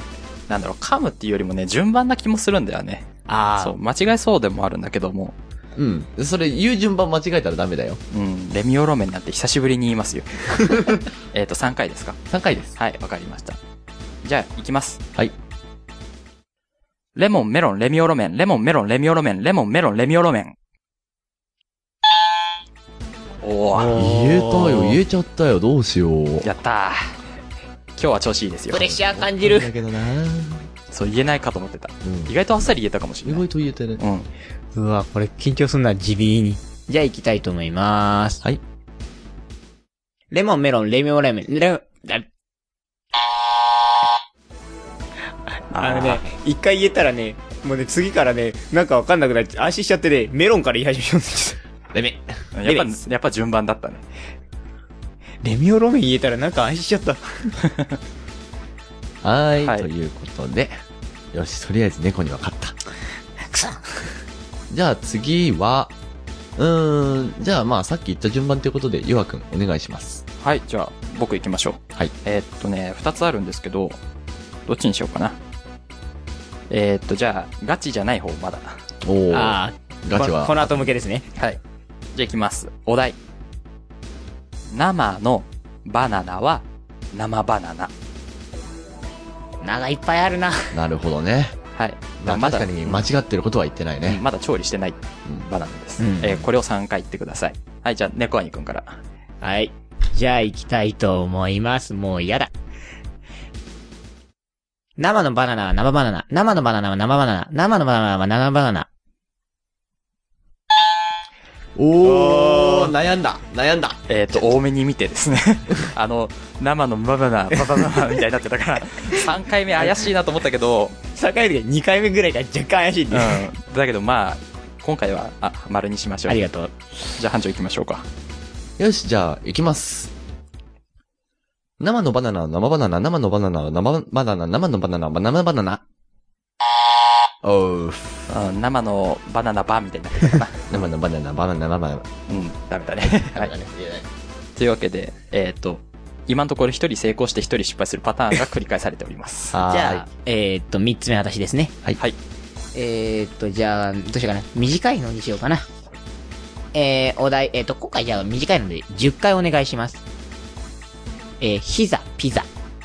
[SPEAKER 1] なんだろう、噛むっていうよりもね、順番な気もするんだよね。
[SPEAKER 3] あ
[SPEAKER 1] そ
[SPEAKER 3] あ
[SPEAKER 1] う、、間違えそうでもあるんだけども、
[SPEAKER 2] うん。それ言う順番間違えたらダメだよ。
[SPEAKER 1] うん、レミオロメンなんて久しぶりに言います よ。えっと、3回ですか
[SPEAKER 2] 3回です。
[SPEAKER 1] はい、わかりました。じゃあ、いきます。
[SPEAKER 2] はい。
[SPEAKER 1] レモン、メロン、レミオロメン、レモン、メロン、レミオロメン、レモン、メロン、レミオロメン。おー、
[SPEAKER 2] 言えたよ、言えちゃったよ、どうしよう。
[SPEAKER 1] やったー。今日は調子いいですよ
[SPEAKER 3] プ。レッシャー感じる。
[SPEAKER 2] だけどな
[SPEAKER 1] そう、言えないかと思ってた。
[SPEAKER 2] う
[SPEAKER 1] 意外とあっさり言えたかもし
[SPEAKER 2] ん。
[SPEAKER 1] れ
[SPEAKER 2] 意
[SPEAKER 1] ない。
[SPEAKER 2] 外と言えてる。
[SPEAKER 1] うん。
[SPEAKER 7] うわ、これ緊張すんな、地味に。
[SPEAKER 3] じゃあ行きたいと思います。
[SPEAKER 2] はい。
[SPEAKER 3] レモン、メロン、レミオレメン、レモン、
[SPEAKER 7] あのね、一回言えたらね、もうね、次からね、なんかわかんなくなっちゃ安心しちゃってね、メロンから言い始めちゃっ
[SPEAKER 2] レミ。
[SPEAKER 1] あーやっぱ、やっぱ順番だったね。
[SPEAKER 7] た。レミオロメン言えたらなんか安心しちゃった。
[SPEAKER 2] はーい,、
[SPEAKER 1] はい
[SPEAKER 2] ということで。よし、とりあえず猫には勝った。
[SPEAKER 3] くそ
[SPEAKER 2] じゃあ次は、うーん、じゃあまあさっき言った順番ということで、ゆわくんお願いします。
[SPEAKER 1] はい、じゃあ、僕行きましょう。
[SPEAKER 2] はい。
[SPEAKER 1] えーっとね、二つあるんですけど、どっちにしようかな。えーっと、じゃあ、ガチじゃない方、まだ。
[SPEAKER 2] おー、
[SPEAKER 3] あ
[SPEAKER 2] ガチ
[SPEAKER 7] このこ
[SPEAKER 2] は。
[SPEAKER 7] の後向けですね。
[SPEAKER 1] はい。じゃあ行きます。お題。生のバナナは生バナナ。
[SPEAKER 3] あ、なんかいっぱいあるな。
[SPEAKER 2] なるほどね。
[SPEAKER 1] はい。
[SPEAKER 2] まあ
[SPEAKER 1] ま
[SPEAKER 2] 確
[SPEAKER 1] だ
[SPEAKER 2] かに間違ってることは言ってない
[SPEAKER 1] うん
[SPEAKER 2] ね。
[SPEAKER 1] まだ調理してないバナナです。
[SPEAKER 3] うん
[SPEAKER 1] えーこれを3回言ってください。はい、じゃあ、猫兄くんから。
[SPEAKER 3] はい。じゃあ行きたいと思います。もう嫌だ。生のバナナは生バナナ。生のバナナは生バナナ。生のバナナは生バナナ。
[SPEAKER 2] おー、悩んだ、悩んだ。
[SPEAKER 1] えーっ、と、多めに見てですね。あの、生のバナナ、ババババみたいになってたから、3回目怪しいなと思ったけど、
[SPEAKER 7] 3回目で2回目ぐらいが若干怪しいんで。
[SPEAKER 1] うん。だけどまあ、今回は、あ、丸にしましょう。
[SPEAKER 3] あり
[SPEAKER 1] じ
[SPEAKER 3] がとう。
[SPEAKER 1] ゃあ、班長行きましょうか。
[SPEAKER 2] よし、じゃあ、行きます。生のバナナ、生バナナ、生のバナナ、生バナナ、生のバナナ、生バナナ。おう。
[SPEAKER 1] うん生のバナナバーみたいになってたかな。
[SPEAKER 2] 生のバナナ、バナナ、バナナ。
[SPEAKER 1] うん、ダメだ ね。
[SPEAKER 2] ダ
[SPEAKER 1] は
[SPEAKER 2] メ
[SPEAKER 1] い
[SPEAKER 2] だ。ね言えない
[SPEAKER 1] というわけで、えっ、と、今のところ一人成功して一人失敗するパターンが繰り返されておりま す。
[SPEAKER 2] はーい
[SPEAKER 3] じゃあ、えーっと、三つ目私ですね。
[SPEAKER 2] はい
[SPEAKER 1] はい。
[SPEAKER 3] えーっと、じゃあ、どうしようかな。短いのにしようかな。えー、お題、えーっと、今回じゃあ短いので10回お願いします。えー、膝、ピザ。
[SPEAKER 2] え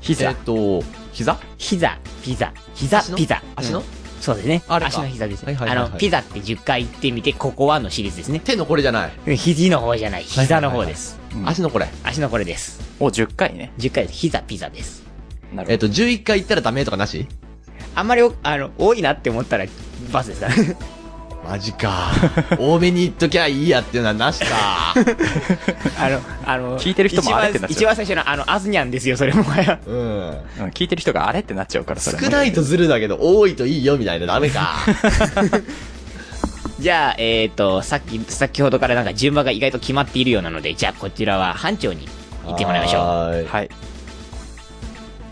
[SPEAKER 1] 膝
[SPEAKER 2] っ。と、膝
[SPEAKER 3] 膝、ピザ。膝
[SPEAKER 2] 足、の
[SPEAKER 3] ピザ。
[SPEAKER 2] 足の
[SPEAKER 3] うんそうですね。
[SPEAKER 2] あれか
[SPEAKER 3] 足の膝です
[SPEAKER 2] は
[SPEAKER 3] ね。
[SPEAKER 2] いはいはいはい
[SPEAKER 3] あの、ピザって10回言ってみて、ここはのシリーズですね。
[SPEAKER 2] 手のこれじゃない。
[SPEAKER 3] 肘の方じゃない、膝の方です。
[SPEAKER 1] うん
[SPEAKER 2] 足のこれ。
[SPEAKER 3] 足のこれです。
[SPEAKER 1] を10回ね。
[SPEAKER 3] 10回です。膝、ピザです。
[SPEAKER 1] なる
[SPEAKER 2] えっ
[SPEAKER 1] ほど。
[SPEAKER 2] と、11回行ったらダメとかなし
[SPEAKER 3] あんまりお、あの、多いなって思ったら、バスです から。
[SPEAKER 2] マジ か。多めに言っときゃいいやっていうのはなし か。
[SPEAKER 3] あの、あの、
[SPEAKER 1] 聞いてる人もあれってなっちゃう
[SPEAKER 3] 一番一番最初の、あの、アズニャンですよ、それも。は
[SPEAKER 2] うん。
[SPEAKER 1] うん、聞いてる人があれってなっちゃうから、それも
[SPEAKER 2] 少ないとズルだけど、多いといいよみたいなダメ か。
[SPEAKER 3] い じゃあ、えっ、と、さっき、先ほどからなんか順番が意外と決まっているようなので、じゃあこちらは班長に行ってもらいましょ
[SPEAKER 2] ょ
[SPEAKER 1] はい。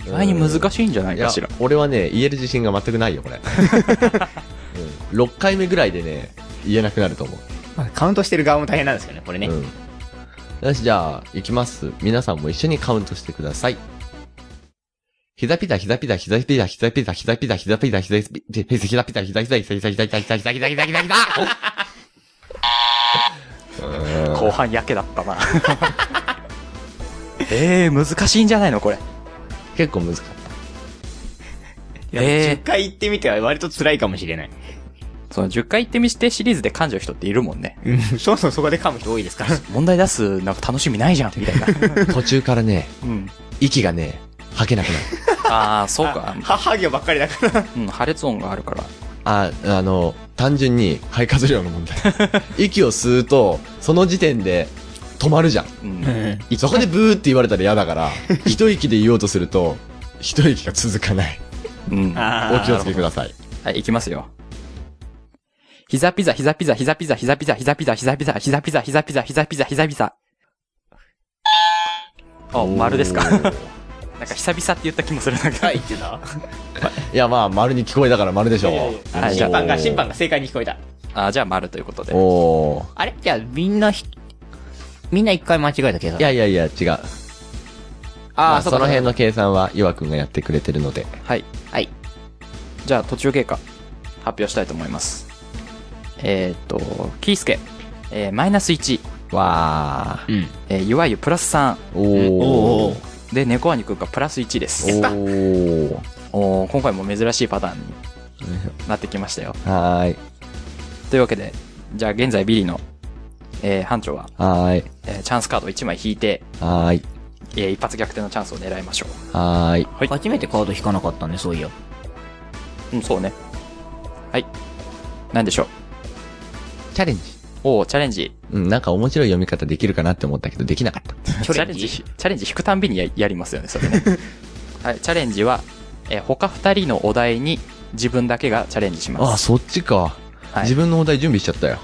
[SPEAKER 1] 意外に難しいんじゃないい
[SPEAKER 2] や
[SPEAKER 1] かしら。、
[SPEAKER 2] 俺はね、言える自信が全くない よ、これ。うん、6回目ぐらいでね、言えなくなると思う。
[SPEAKER 3] う。カウントしてる側も大変なんですよね、これね。
[SPEAKER 2] うん。よし、じゃあ、行きます。皆さんも一緒にカウントしてください。ひざぴたひざぴたひざぴたひざぴたひざぴたひざぴたひざぴたひざぴたひざひざひざひざひざひざひざひざひざひざひざ
[SPEAKER 1] 後半やけだったな。 えー、難しいんじゃないのこれ。
[SPEAKER 2] 結構難しかっ
[SPEAKER 1] え
[SPEAKER 3] 10回行ってみては割と辛いかもしれない。
[SPEAKER 1] ー、その10回言ってみしてシリーズで噛んじゃう人っているもんね。
[SPEAKER 3] そもそもそこで噛む人多いです から。
[SPEAKER 1] 問題出す、なんか楽しみないじゃん、みたいな。
[SPEAKER 2] た。途中からね、
[SPEAKER 1] うん。
[SPEAKER 2] 息がね、吐けなくなる。
[SPEAKER 1] あー、そうか。
[SPEAKER 3] 母行ばっかりだから。
[SPEAKER 1] うん、破裂音があるから。
[SPEAKER 2] あ、あの、単純に肺活量の問題。息を吸うと、その時点で止まるじゃん。
[SPEAKER 1] うん。
[SPEAKER 2] そこでブーって言われたら嫌だから、一息で言おうとすると、一息が続かない。
[SPEAKER 1] うん。は
[SPEAKER 2] お気をつけください。
[SPEAKER 1] い、いきますよ。膝ピザ、膝ピザ、膝ピザ、膝ピザ、膝ピザ、膝ピザ、膝ピザ、膝ピザ、膝ピザ、膝ピザ。あ、丸ですか。 なんか久々って言った気もするなんか。
[SPEAKER 3] はい、言ってた。
[SPEAKER 2] いや、まあ、丸に聞こえたから丸でしょう。
[SPEAKER 3] あの
[SPEAKER 1] じゃあ
[SPEAKER 3] 審判が、審判が正解に聞こえた。
[SPEAKER 1] あー、じゃあ丸ということで。
[SPEAKER 2] おー
[SPEAKER 3] あれじゃあ、みんなひ、みんな一回間違えたけど。
[SPEAKER 2] いやいやいや、違う。
[SPEAKER 3] あ
[SPEAKER 2] ま
[SPEAKER 3] あ、
[SPEAKER 2] あ、
[SPEAKER 3] そ
[SPEAKER 2] そ
[SPEAKER 3] こ
[SPEAKER 2] の辺の計算は、岩くんがやってくれてるので。
[SPEAKER 1] はい。
[SPEAKER 3] はい。
[SPEAKER 1] じゃあ途中経過、発表したいと思います。えー、っと、キースケ、えーマイナス1、
[SPEAKER 2] わ
[SPEAKER 3] うん。
[SPEAKER 1] えー、いわゆるプラス3、
[SPEAKER 2] ー。おー。
[SPEAKER 1] で、猫アニくんがプラス1です。
[SPEAKER 2] おー。
[SPEAKER 1] おー今回も珍しいパターンになってきましたよ。
[SPEAKER 2] はーい。
[SPEAKER 1] というわけで、じゃあ現在ビリの、えー班長は、
[SPEAKER 2] はーい。
[SPEAKER 1] えーチャンスカード1枚引いて、
[SPEAKER 2] はーい。
[SPEAKER 1] えー一発逆転のチャンスを狙いましょ
[SPEAKER 2] はーい。
[SPEAKER 1] はい
[SPEAKER 3] 初めてカード引かなかったね、そういや。
[SPEAKER 1] う。うん、そうね。はい。なんでしょう。
[SPEAKER 2] チャレンジ。
[SPEAKER 1] おーチャレンジ。
[SPEAKER 2] うん、なんか面白い読み方できるかなって思ったけど、できなかった。
[SPEAKER 1] チャレンジ、チャレンジ引くたんびにややりますよね、それ ね。はい、チャレンジは、えー他二人のお題に自分だけがチャレンジし
[SPEAKER 2] あ
[SPEAKER 1] ま
[SPEAKER 2] あ、
[SPEAKER 1] す。
[SPEAKER 2] そっちか。
[SPEAKER 1] はい
[SPEAKER 2] 自分のお題準備しちゃったよ。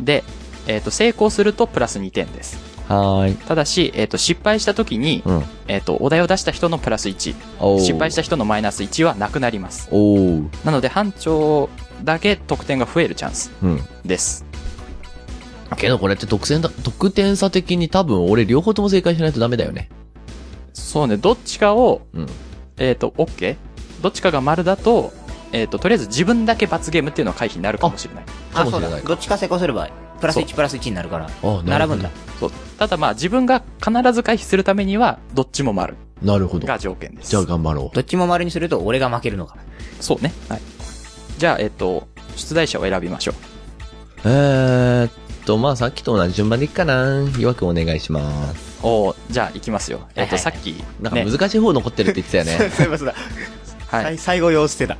[SPEAKER 1] で、えっ、と、成功するとプラス2点です。
[SPEAKER 2] はーい。
[SPEAKER 1] ただし、えっ、と、失敗した時に、
[SPEAKER 2] うん。
[SPEAKER 1] えっ、と、お題を出した人のプラス1、
[SPEAKER 2] おー
[SPEAKER 1] 失敗した人のマイナス1はなくなります。
[SPEAKER 2] おー。
[SPEAKER 1] なので、班長だけ得点が増えるチャンス
[SPEAKER 2] うん。
[SPEAKER 1] です。
[SPEAKER 2] けどこれって得点だ、得点差的に多分俺両方とも正解しないとダメだよね。
[SPEAKER 1] そうね、どっちかを、
[SPEAKER 2] うん。
[SPEAKER 1] えっ、と、OK? どっちかが丸だと、えっ、と、とりあえず自分だけ罰ゲームっていうのは回避になるかもしれない。
[SPEAKER 2] か
[SPEAKER 3] あ、
[SPEAKER 2] も
[SPEAKER 3] そ
[SPEAKER 2] し
[SPEAKER 3] う
[SPEAKER 2] れな
[SPEAKER 3] だ。
[SPEAKER 2] い。
[SPEAKER 3] どっちか成功すれば、プラス
[SPEAKER 1] そ
[SPEAKER 3] 1プラス1になるから、
[SPEAKER 2] あ
[SPEAKER 3] 並ぶんだ。。
[SPEAKER 1] そう。ただまあ自分が必ず回避するためには、どっちも丸
[SPEAKER 2] なるほど。
[SPEAKER 1] が条件です。
[SPEAKER 2] じゃあ頑張ろ
[SPEAKER 3] どっちも丸にすると俺が負けるのか。
[SPEAKER 1] そうね。はい。じゃあ、えっと、出題者を選びましょう。
[SPEAKER 2] う。えーっと、まあさっきと同じ順番でいいかな。岩くんお願いします。
[SPEAKER 1] おーじゃあ行きますよ。えっと、
[SPEAKER 3] はいはい
[SPEAKER 1] さ
[SPEAKER 3] は
[SPEAKER 1] っき、ね。
[SPEAKER 2] なんか難しい方残ってるって言ってた よね。
[SPEAKER 3] そういえばそうだ。
[SPEAKER 1] は
[SPEAKER 3] さ
[SPEAKER 1] い
[SPEAKER 3] い。最後用捨てだ。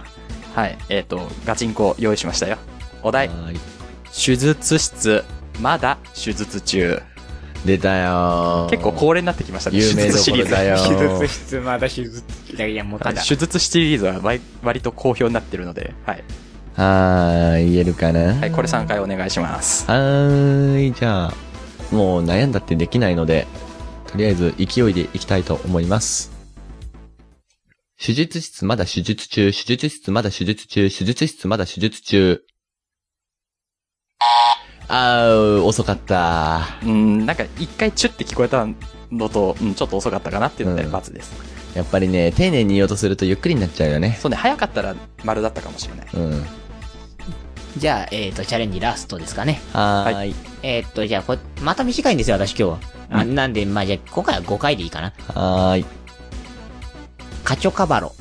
[SPEAKER 1] はい。えっと、ガチンコ用意しましたよ。お題、
[SPEAKER 2] はーい。
[SPEAKER 1] 手術室、まだ手術中。
[SPEAKER 2] 出たよー
[SPEAKER 1] 結構恒例になってきましたね。
[SPEAKER 2] 有名
[SPEAKER 1] 手
[SPEAKER 2] ど
[SPEAKER 1] 術シ
[SPEAKER 2] こ
[SPEAKER 1] リ
[SPEAKER 2] ろ
[SPEAKER 1] ーズ。
[SPEAKER 2] だよ ー
[SPEAKER 7] 手術室、まだ手術。
[SPEAKER 3] いやいや、もうただ。
[SPEAKER 1] 手術シリーズは割割と好評になってるので、はい。
[SPEAKER 2] はーい、言えるかな
[SPEAKER 1] はい、これ3回お願いします。
[SPEAKER 2] はーい、じゃあ、もう悩んだってできないので、とりあえず勢いでいきたいと思います。手術室まだ手術中、手術室まだ手術中、手術室まだ手術中。あー、遅かった。
[SPEAKER 1] うん、なんか一回チュって聞こえたのと、うん、ちょっと遅かったかなっていうので
[SPEAKER 2] うん
[SPEAKER 1] 罰です。
[SPEAKER 2] やっぱりね、丁寧に言おうとするとゆっくりになっちゃうよね。
[SPEAKER 1] そうね、早かったら丸だったかもしれない。
[SPEAKER 2] うん。
[SPEAKER 3] じゃあ、えっ、と、チャレンジラストですかね。
[SPEAKER 2] はーい。
[SPEAKER 3] えっ、と、じゃあこ、また短いんですよ、私今日は。あ
[SPEAKER 1] う
[SPEAKER 3] なんで、まあ、じゃあ、今回は5回でいいかな。
[SPEAKER 2] はーい。
[SPEAKER 3] カチョカバロ。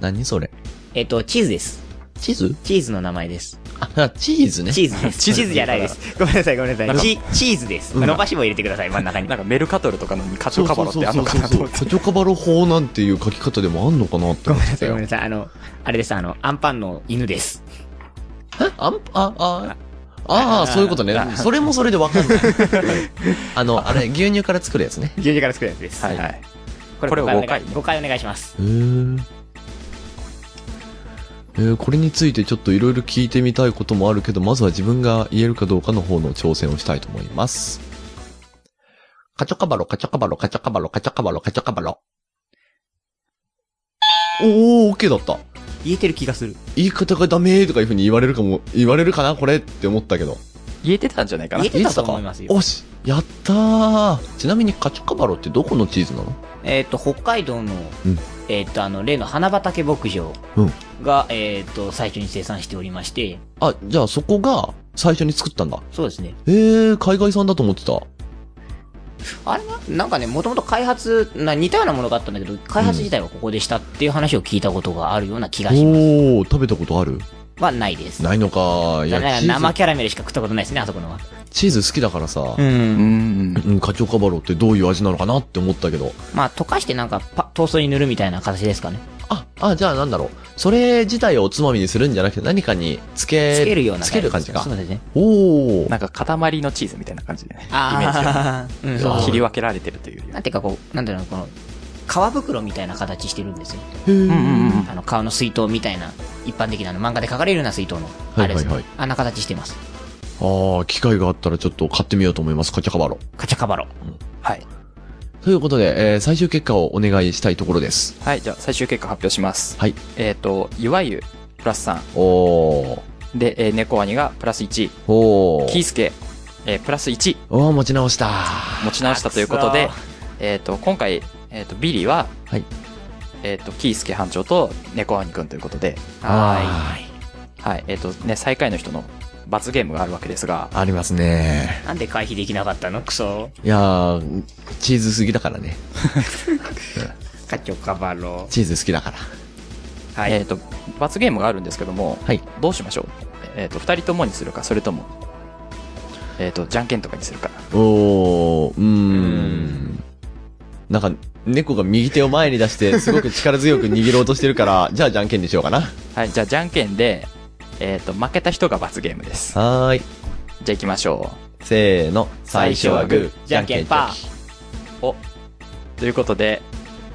[SPEAKER 2] 何それ
[SPEAKER 3] えっ、と、チーズです。
[SPEAKER 2] 地図
[SPEAKER 3] チーズの名前です。
[SPEAKER 2] あ、チーズね。
[SPEAKER 3] チーズ です。チーズじゃないです。ごめんなさい、ごめんなさ。
[SPEAKER 1] ないんか
[SPEAKER 3] チ、チーズです。伸ばし棒入れてください、真ん中に
[SPEAKER 1] な。んかメルカトルとかのカチョカバロってあんのかなと思って。
[SPEAKER 2] カチョカバロ法なんていう書き方でもあんのかなって
[SPEAKER 3] ご
[SPEAKER 2] 思
[SPEAKER 3] めんな
[SPEAKER 2] って
[SPEAKER 3] さ
[SPEAKER 2] た
[SPEAKER 3] い、
[SPEAKER 2] よ
[SPEAKER 3] ごめん。なさい。あの、あれです、あの、アンパンの犬です。
[SPEAKER 2] あん、あ、あ、ああ、そういうことね。それもそれでわかん ない。あの、あれ、牛乳から作るやつね。
[SPEAKER 3] 牛乳から作るやつです。
[SPEAKER 1] はいはい。
[SPEAKER 3] これ
[SPEAKER 1] これ
[SPEAKER 3] 5回お
[SPEAKER 1] 5
[SPEAKER 3] 願
[SPEAKER 1] 回
[SPEAKER 3] い。5回お願いします。
[SPEAKER 2] へーえー、これについてちょっといろいろ聞いてみたいこともあるけど、まずは自分が言えるかどうかの方の挑戦をしたいと思います。カチョカバロ、カチョカバロ、カチョカバロ、カチョカバロ、カチョカバロ。おー、OK だった。
[SPEAKER 3] 言えてる気がする。
[SPEAKER 2] 言い方がダメーとかいう風に言われるかも、言われるかなこれって思ったけど。
[SPEAKER 1] 言えてたんじゃないかな
[SPEAKER 3] 言え。てたと思いますよ。
[SPEAKER 2] おし、やったー。ちなみにカチョカバロってどこのチーズなの
[SPEAKER 3] えっ、と、北海道の、
[SPEAKER 2] うん
[SPEAKER 3] えっ、と、あの、例の花畑牧場
[SPEAKER 2] うん
[SPEAKER 3] が、えっ、と、最初に生産しておりまして、
[SPEAKER 2] あ、じゃあそこが最初に作ったんだ。
[SPEAKER 3] そうですね。
[SPEAKER 2] えー、海外産だと思ってた。
[SPEAKER 3] あれな、なんかね、もともと開発な、似たようなものがあったんだけど、開発自体はここでしたっていう話を聞いたことがあるような気がします。
[SPEAKER 2] おお食べたことある
[SPEAKER 3] はないです。
[SPEAKER 2] ないのかい
[SPEAKER 3] だから
[SPEAKER 2] やチー
[SPEAKER 3] 生
[SPEAKER 2] ズ
[SPEAKER 3] キャラメルしか食ったことないですね、あそこのは。
[SPEAKER 2] チーズ好きだからさ、
[SPEAKER 1] う
[SPEAKER 3] う。
[SPEAKER 1] んん。
[SPEAKER 2] うん、カチョカバロってどういう味なのかなって思ったけど
[SPEAKER 3] まあ、溶かしてなんかパ、トーストに塗るみたいな形ですかね。
[SPEAKER 2] ああじゃあなんだろうそれ自体をおつまみにするんじゃなくて何かにつけ
[SPEAKER 3] つけるような
[SPEAKER 2] つける感じか
[SPEAKER 3] そうですね。
[SPEAKER 2] おお
[SPEAKER 1] なんか塊のチーズみたいな感じでね。
[SPEAKER 3] ああ、うん、そう
[SPEAKER 2] ー
[SPEAKER 1] 切り分けられてるというより
[SPEAKER 3] なんていうかこう、なんだろうの、この、皮袋みたいな形してるんですよ。
[SPEAKER 1] うんうんうん。
[SPEAKER 3] あの、皮の水筒みたいな、一般的なあの漫画で書かれるような水筒の、
[SPEAKER 2] いはいはい
[SPEAKER 3] あれですね。あんな形してます。
[SPEAKER 2] ああ機会があったらちょっと買ってみようと思いますカチョカバロ
[SPEAKER 3] カチャカバロ。
[SPEAKER 1] はい。
[SPEAKER 2] ということで、えー最終結果をお願いしたいところです
[SPEAKER 1] はい、じゃあ最終結果発表します。
[SPEAKER 2] はい。
[SPEAKER 1] えっと、いわゆるプラス
[SPEAKER 2] おお
[SPEAKER 1] 3。で、えー猫兄がプラス1。
[SPEAKER 2] お
[SPEAKER 1] キー
[SPEAKER 2] ー
[SPEAKER 1] スケ、えープラス1
[SPEAKER 2] おー持ち直した
[SPEAKER 1] 持ち直したということで、えっと、今回、えっと、ビリは、
[SPEAKER 2] はい。
[SPEAKER 1] えっと、キースケ班長と猫兄くんということで、
[SPEAKER 2] はーい
[SPEAKER 1] はい。えっと、ね、最下位の人の罰ゲームがあるわけですが、
[SPEAKER 2] ありますね
[SPEAKER 3] なんで回避できなかったのクソ。
[SPEAKER 2] いやー、チーズ好きだからね。
[SPEAKER 3] カチョカバロ。
[SPEAKER 2] チーズ好きだから。
[SPEAKER 3] はい。
[SPEAKER 1] えっと、罰ゲームがあるんですけども、
[SPEAKER 2] はい。
[SPEAKER 1] どうしましょうえっと、二人ともにするか、それとも、えっと、じゃんけんとかにするか。
[SPEAKER 2] おー、うーん。なんか、猫が右手を前に出して、すごく力強く握ろうとしてるから、 じゃあじゃんけんにしようかな。
[SPEAKER 1] はい、じゃあ、じゃんけんで、えっと、負けた人が罰ゲームです。
[SPEAKER 2] はーい。
[SPEAKER 1] じゃあ行きましょ
[SPEAKER 2] せーの。最初はグー、
[SPEAKER 3] じゃんけんパー。
[SPEAKER 1] う。ということで、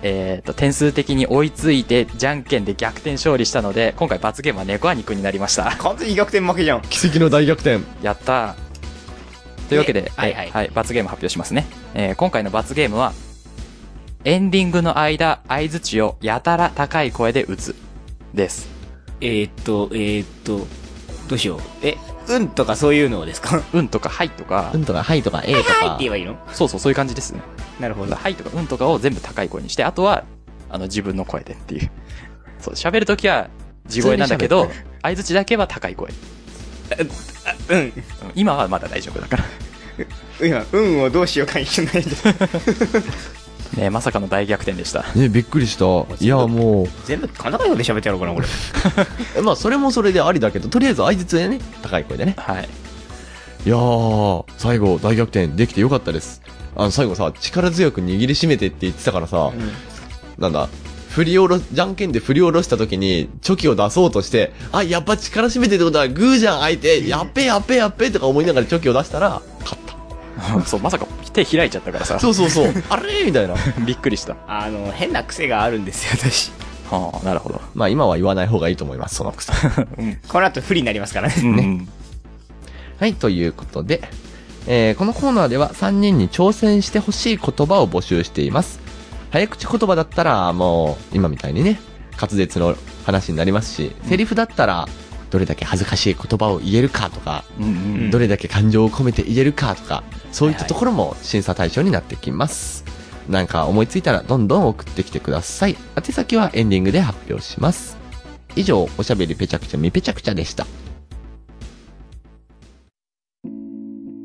[SPEAKER 1] えっと、点数的に追いついて、じゃんけんで逆転勝利したので、今回罰ゲームは猫兄くんになりました。
[SPEAKER 7] 完全に逆転負けじゃん。
[SPEAKER 2] 奇跡の大逆転。
[SPEAKER 1] やったーというわけで、
[SPEAKER 3] ではいはい
[SPEAKER 1] え罰ゲーム発表しますね。えー今回の罰ゲームは、エンディングの間、相づちをやたら高い声で打つ。です。
[SPEAKER 3] えーっと、えーっと、どうしよう。え、うんとかそういうのですか
[SPEAKER 1] うんとか、はいとか
[SPEAKER 2] う、んとか、はいとか、えーと
[SPEAKER 3] はいって
[SPEAKER 2] か。
[SPEAKER 3] 言えばいいの
[SPEAKER 1] そうそう、そういう感じですね。
[SPEAKER 3] なるほど。
[SPEAKER 1] はいとか、うんとかを全部高い声にして、あとは、あの、自分の声でっていう。そう、喋るときは、地声なんだけど、相づちだけは高い声。
[SPEAKER 7] うん。
[SPEAKER 1] 今はまだ大丈夫だから。
[SPEAKER 7] 今、運をどうしようか一緒ないで。
[SPEAKER 1] ねまさかの大逆転でした。
[SPEAKER 2] ね、びっくりした。いや、も
[SPEAKER 7] 全部、かなかよで喋ってやろうかな、これ。
[SPEAKER 2] う、まあ、それもそれでありだけど、とりあえず相づちでね、高い声でね。
[SPEAKER 1] はい。
[SPEAKER 2] いやー、最後大逆転できてよかったです。あの、最後さ、力強く握りしめてって言ってたからさ、なんだ、振り下ろ、じゃんけんで振り下ろした時に、チョキを出そうとして、あ、やっぱ力しめてってことはグーじゃん相手、やっべやっべやっべとか思いながらチョキを出したら、勝った。
[SPEAKER 1] そう、まさか手開いちゃったからさ、
[SPEAKER 2] そうそうそう、 あれみたいな。
[SPEAKER 1] びっくりした。
[SPEAKER 3] あの、変な癖があるんですよ、私。
[SPEAKER 1] はあ、なるほど。
[SPEAKER 2] まあ今は言わない方がいいと思います、そのくさ。
[SPEAKER 3] この後不利になりますからね。
[SPEAKER 1] ね。
[SPEAKER 2] はい、ということで、えーこのコーナーでは3人に挑戦してほしい言葉を募集しています。早口言葉だったら、もう、今みたいにね、滑舌の話になりますし、セリフだったら、どれだけ恥ずかしい言葉を言えるかとか、
[SPEAKER 1] うんうん。
[SPEAKER 2] どれだけ感情を込めて言えるかとか、そういったところも審査対象になってきます。なんか思いついたらどんどん送ってきてください。宛先はエンディングで発表します。以上、おしゃべりぺちゃくちゃみぺちゃくちゃでした。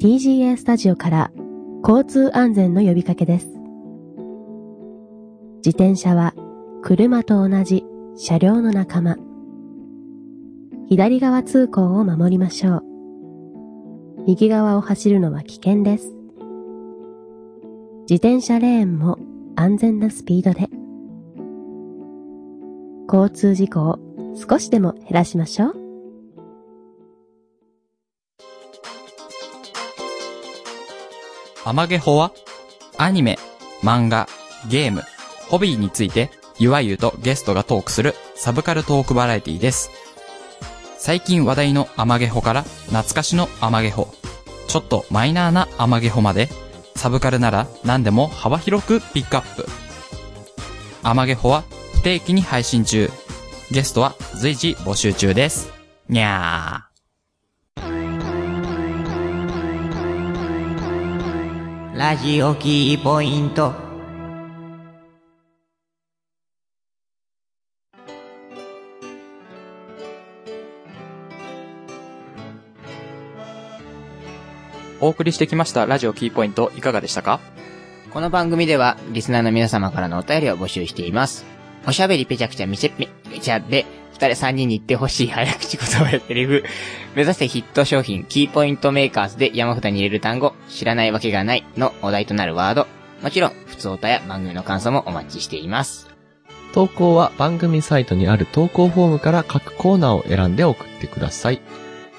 [SPEAKER 9] TGA スタジオから交通安全の呼びかけです。自転車は車と同じ車両の仲間。左側通行を守りましょう。右側を走るのは危険です。自転車レーンも安全なスピードで。交通事故を少しでも減らしましょう。
[SPEAKER 1] アマゲホは、アニメ、漫画、ゲーム、ホビーについて、ゆわゆとゲストがトークするサブカルトークバラエティです。最近話題のアマゲホから、懐かしのアマゲホ、ちょっとマイナーなアマゲホまで、サブカルなら何でも幅広くピックアップ。アマゲホは不定期に配信中。ゲストは随時募集中です。にゃ
[SPEAKER 3] ラジオキーポイント。
[SPEAKER 1] ー。お送りしてきましたラジオキーポイントいかがでしたか
[SPEAKER 3] この番組では、リスナーの皆様からのお便りを募集しています。おしゃべりぺちゃくちゃみせ、めちゃで、二人三人に言ってほしい早口言葉やセリフ、 目指してヒット商品、キーポイントメーカーズで山札に入れる単語、知らないわけがないのお題となるワード、もちろん、普通歌や番組の感想もお待ちしています。
[SPEAKER 2] 投稿は番組サイトにある投稿フォームから各コーナーを選んで送ってください。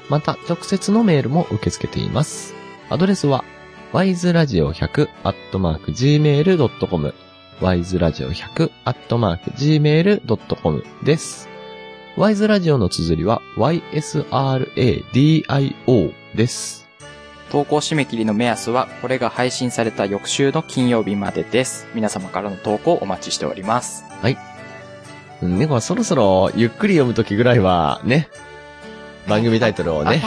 [SPEAKER 2] また、直接のメールも受け付けています。アドレスは、wiseradio100-gmail.com wiseradio100-gmail.com です。wiseradio の綴りは ysradio です。
[SPEAKER 1] 投稿締め切りの目安は、これが配信された翌週の金曜日までです。皆様からの投稿お待ちしております。
[SPEAKER 2] うんね、これそろそろゆっくり読むときぐらいはね、番組タイトルをね、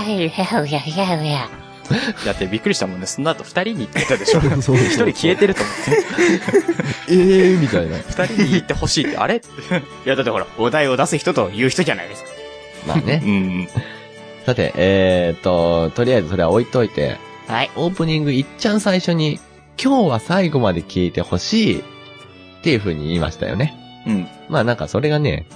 [SPEAKER 1] だってびっくりしたもんね。その後二人に言ってたでしょ。一人消えてると思って。
[SPEAKER 2] ええー、みたいな。
[SPEAKER 1] 二人に言ってほしいって、あれ
[SPEAKER 7] いや、だってほら、お題を出す人と言う人じゃないですか。
[SPEAKER 2] まあね
[SPEAKER 1] う。ん。
[SPEAKER 2] さて、えーっと、とりあえずそれは置いといて、
[SPEAKER 3] はい。
[SPEAKER 2] オープニングいっちゃん最初に、今日は最後まで聞いてほしいっていう風に言いましたよね。
[SPEAKER 1] うん。
[SPEAKER 2] まあなんかそれがね、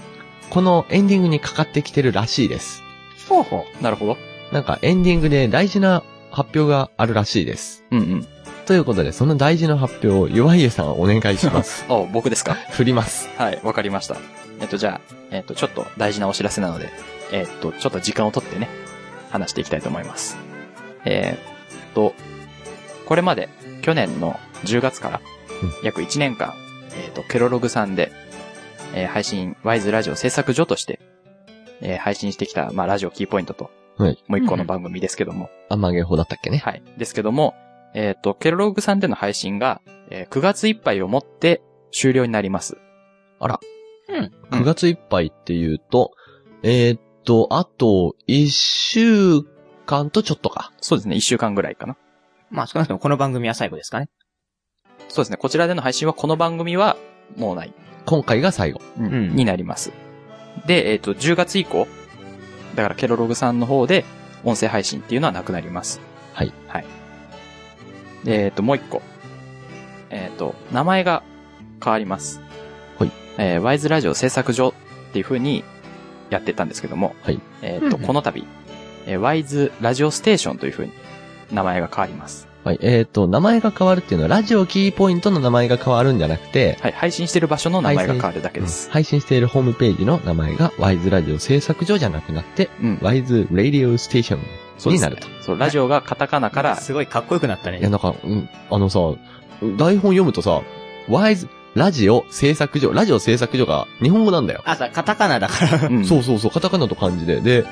[SPEAKER 2] このエンディングにかかってきてるらしいです。
[SPEAKER 3] ほうほ
[SPEAKER 1] なるほど。
[SPEAKER 2] なんかエンディングで大事な発表があるらしいです。
[SPEAKER 1] うんうん。
[SPEAKER 2] ということで、その大事な発表をゆわゆさんお願いします。
[SPEAKER 1] あ、僕ですか。
[SPEAKER 2] 振ります。
[SPEAKER 1] はい、わかりました。えっと、じゃあ、えっと、ちょっと大事なお知らせなので、えっと、ちょっと時間をとってね、話していきたいと思います。えーっと、これまで、去年の10月から
[SPEAKER 2] うん、
[SPEAKER 1] 約1年間、えっと、ケロログさんで、えー配信、ワイズラジオ制作所として、えー配信してきた、まあ、ラジオキーポイントと、
[SPEAKER 2] はい
[SPEAKER 1] もう一個の番組ですけども、
[SPEAKER 2] あまげほだったっけね。
[SPEAKER 1] はい。ですけども、えっ、と、ケロログさんでの配信が、えー9月いっぱいをもって終了になります。うん
[SPEAKER 2] 9月いっぱいっていうと、えーっと、あと、1週間とちょっとか。
[SPEAKER 1] そうですね、1週間ぐらいかな。
[SPEAKER 3] う。まあ、少なくともこの番組は最後ですかね。
[SPEAKER 1] そうですね、こちらでの配信はこの番組はもうない、
[SPEAKER 2] 今回が最後。
[SPEAKER 1] うん
[SPEAKER 3] うん
[SPEAKER 1] になります。で、えっ、と、10月以降、だからケロログさんの方で音声配信っていうのはなくなります。
[SPEAKER 2] はい。
[SPEAKER 1] はい。でえっ、と、もう一個。えっ、と、名前が変わります。
[SPEAKER 2] はい。
[SPEAKER 1] えーワイズラジオ制作所っていう風にやってたんですけども、
[SPEAKER 2] はい。
[SPEAKER 1] えっ、と、
[SPEAKER 3] うんうん
[SPEAKER 1] この度、えーワイズラジオステーションという風に名前が変わります。
[SPEAKER 2] はい。えーっと、名前が変わるっていうのは、ラジオキーポイントの名前が変わるんじゃなくて、
[SPEAKER 1] はい。配信してる場所の名前が変わるだけです。
[SPEAKER 2] 配信しているホームページの名前が、ワイズラジオ制作所じゃなくなって、
[SPEAKER 1] うん。
[SPEAKER 2] ワイズラディオステーション。
[SPEAKER 1] そうですね
[SPEAKER 2] になる
[SPEAKER 1] そう、ラジオがカタカナから、
[SPEAKER 7] すごいかっこよくなった
[SPEAKER 2] いや、
[SPEAKER 7] ね。
[SPEAKER 2] なんか、うん、あのさ、台本読むとさ、ワイズ、ラジオ制作所、ラジオ制作所が日本語なんだよ。
[SPEAKER 3] あ、さ、カタカナだから。
[SPEAKER 1] うん
[SPEAKER 2] そうそうそう、カタカナと漢字で。で、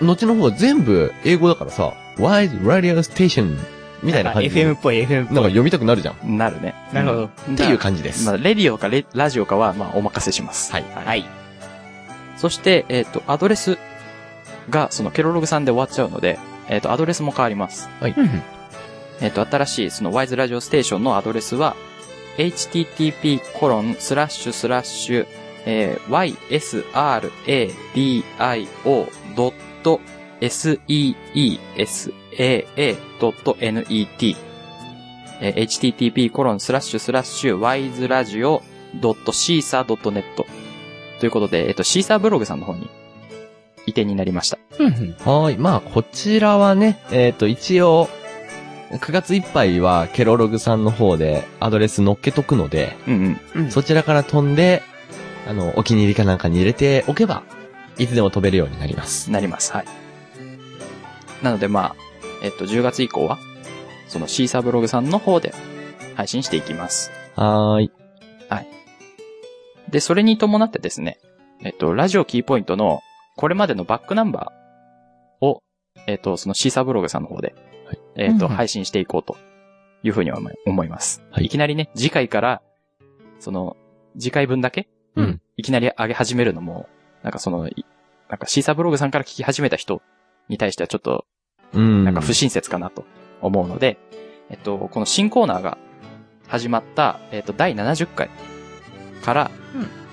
[SPEAKER 2] 後の方は全部英語だからさ、Wise Radio Station みたいな感じで。
[SPEAKER 7] FM っぽい、FM っぽい。
[SPEAKER 2] なんか読みたくなるじゃん。っ
[SPEAKER 1] なるね。
[SPEAKER 7] なるほど。
[SPEAKER 2] ていう感じです
[SPEAKER 1] ま。あ、レディオかレラジオかは、まあ、お任せします。
[SPEAKER 2] はい
[SPEAKER 1] はい。そして、えっ、と、アドレスが、その、ケロログさんで終わっちゃうので、えっ、と、アドレスも変わります。
[SPEAKER 2] はい
[SPEAKER 7] うんうん
[SPEAKER 1] えっ、と、新しい、その、ワイズラジオステーションのアドレスは、http:// コロンスラッシュスラッシュ、えー、ysradio.seesaa.net、えー http:// コロンスラッシュスラッシュ wiseradio.caesar.net ということで、えっと、シーサーブログさんの方に移転になりました。
[SPEAKER 2] はーい。まあ、こちらはね、えっ、と、一応、9月いっぱいは、ケロログさんの方でアドレス乗っけとくので、
[SPEAKER 1] うんうん。
[SPEAKER 2] そちらから飛んで、あの、お気に入りかなんかに入れておけば、いつでも飛べるようになります。
[SPEAKER 1] なります。はい。なので、まあ、えっと、10月以降は、そのシーサーブログさんの方で配信していきます。
[SPEAKER 2] はーい。
[SPEAKER 1] で、それに伴ってですね、えっと、ラジオキーポイントの、これまでのバックナンバーを、えっと、そのシーサーブログさんの方で、
[SPEAKER 2] はい
[SPEAKER 1] えっと、
[SPEAKER 7] うんうん
[SPEAKER 1] 配信していこうというふうには思い思います。
[SPEAKER 2] はい
[SPEAKER 1] い、きなりね、次回から、その、次回分だけ、
[SPEAKER 2] うん
[SPEAKER 1] いきなり上げ始めるのも、なんかその、いなんかシーサーブログさんから聞き始めた人に対してはちょっと
[SPEAKER 2] うん。
[SPEAKER 1] なんか不親切かなと思うので、えっと、この新コーナーが始まった、えっと、第70回から、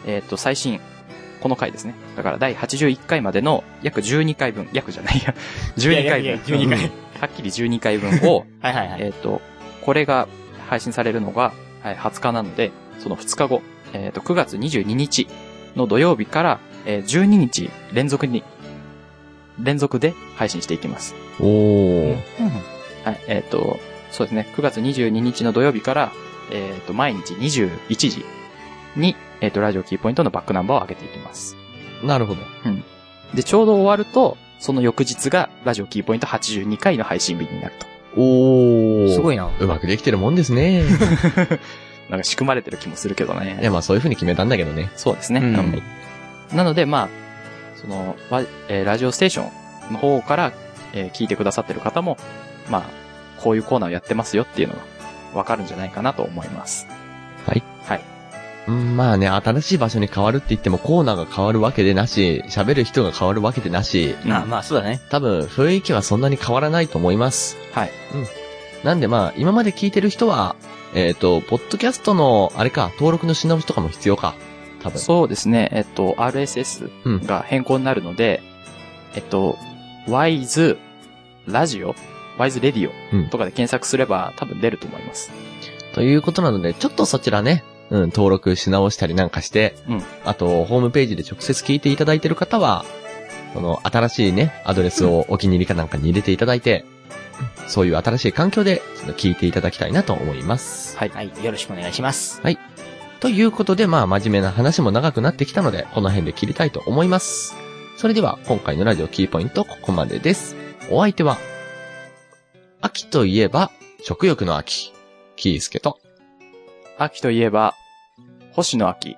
[SPEAKER 1] えっと、最新、この回ですね。だから第81回までの約12回分、約じゃない や、12回
[SPEAKER 7] いやいやいや
[SPEAKER 1] 分。
[SPEAKER 7] 12回
[SPEAKER 1] はっきり12回分 を、
[SPEAKER 7] はいはいはい。
[SPEAKER 1] えっと、これが配信されるのが、はい、20日なので、その2日後、えっと、9月22日の土曜日から、えー12日連続に、連続で配信していきます。
[SPEAKER 2] おー。
[SPEAKER 1] はい、えっ、と、そうですね、9月22日の土曜日から、えっ、と、毎日21時に、えっ、と、ラジオキーポイントのバックナンバーを上げていきます。
[SPEAKER 2] なるほど。
[SPEAKER 1] で、ちょうど終わると、その翌日が、ラジオキーポイント82回の配信日になると。
[SPEAKER 2] おー。
[SPEAKER 3] すご
[SPEAKER 2] い。
[SPEAKER 3] いな。
[SPEAKER 2] うまくできてるもんですね。
[SPEAKER 1] なんか仕組まれてる気もするけどね。
[SPEAKER 2] いや、まあそういう風に決めたんだけどね。
[SPEAKER 1] そうですね。
[SPEAKER 7] うん
[SPEAKER 1] うんなので、まあ、その、わえーラジオステーションの方から、えー聞いてくださってる方も、まあ、こういうコーナーをやってますよっていうのがわかるんじゃないかなと思います。
[SPEAKER 2] うん、まあね、新しい場所に変わるって言ってもコーナーが変わるわけでなし、喋る人が変わるわけでなし、
[SPEAKER 1] うん
[SPEAKER 7] あ、まあそうだね。
[SPEAKER 2] 多分雰囲気はそんなに変わらないと思います。
[SPEAKER 1] はい。
[SPEAKER 2] うん。なんでまあ、今まで聞いてる人は、えっ、と、ポッドキャストの、あれか、登録のし直しとかも必要か。多分。
[SPEAKER 1] そうですね。えっと、RSS
[SPEAKER 2] うん
[SPEAKER 1] が変更になるので、えっと、Wise ラジオ ?Wise レディ
[SPEAKER 2] うん
[SPEAKER 1] オとかで検索すれば多分出ると思います。
[SPEAKER 2] ということなので、ちょっとそちらね、うん、登録し直したりなんかして、
[SPEAKER 1] うん
[SPEAKER 2] あと、ホームページで直接聞いていただいてる方は、その、新しいね、アドレスをお気に入りかなんかに入れていただいて、そういう新しい環境で、ちょっと聞いていただきたいなと思います。
[SPEAKER 1] はい。
[SPEAKER 7] はい、よろしくお願いします。
[SPEAKER 2] ということで、まあ、真面目な話も長くなってきたので、この辺で切りたいと思います。それでは、今回のラジオキーポイント、ここまでです。お相手は、秋といえば、食欲の秋、キースケと、
[SPEAKER 1] 秋といえば、星野秋、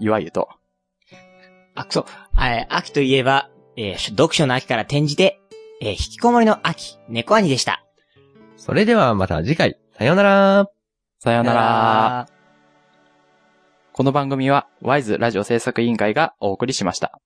[SPEAKER 1] いわゆると、
[SPEAKER 3] あ、そう。えー秋といえば、えー読書の秋から転じて、えー引きこもりの秋、猫兄でした。
[SPEAKER 2] それではまた次回、さようなら
[SPEAKER 1] さようなら。。この番組は、ワイズラジオ制作委員会がお送りしました。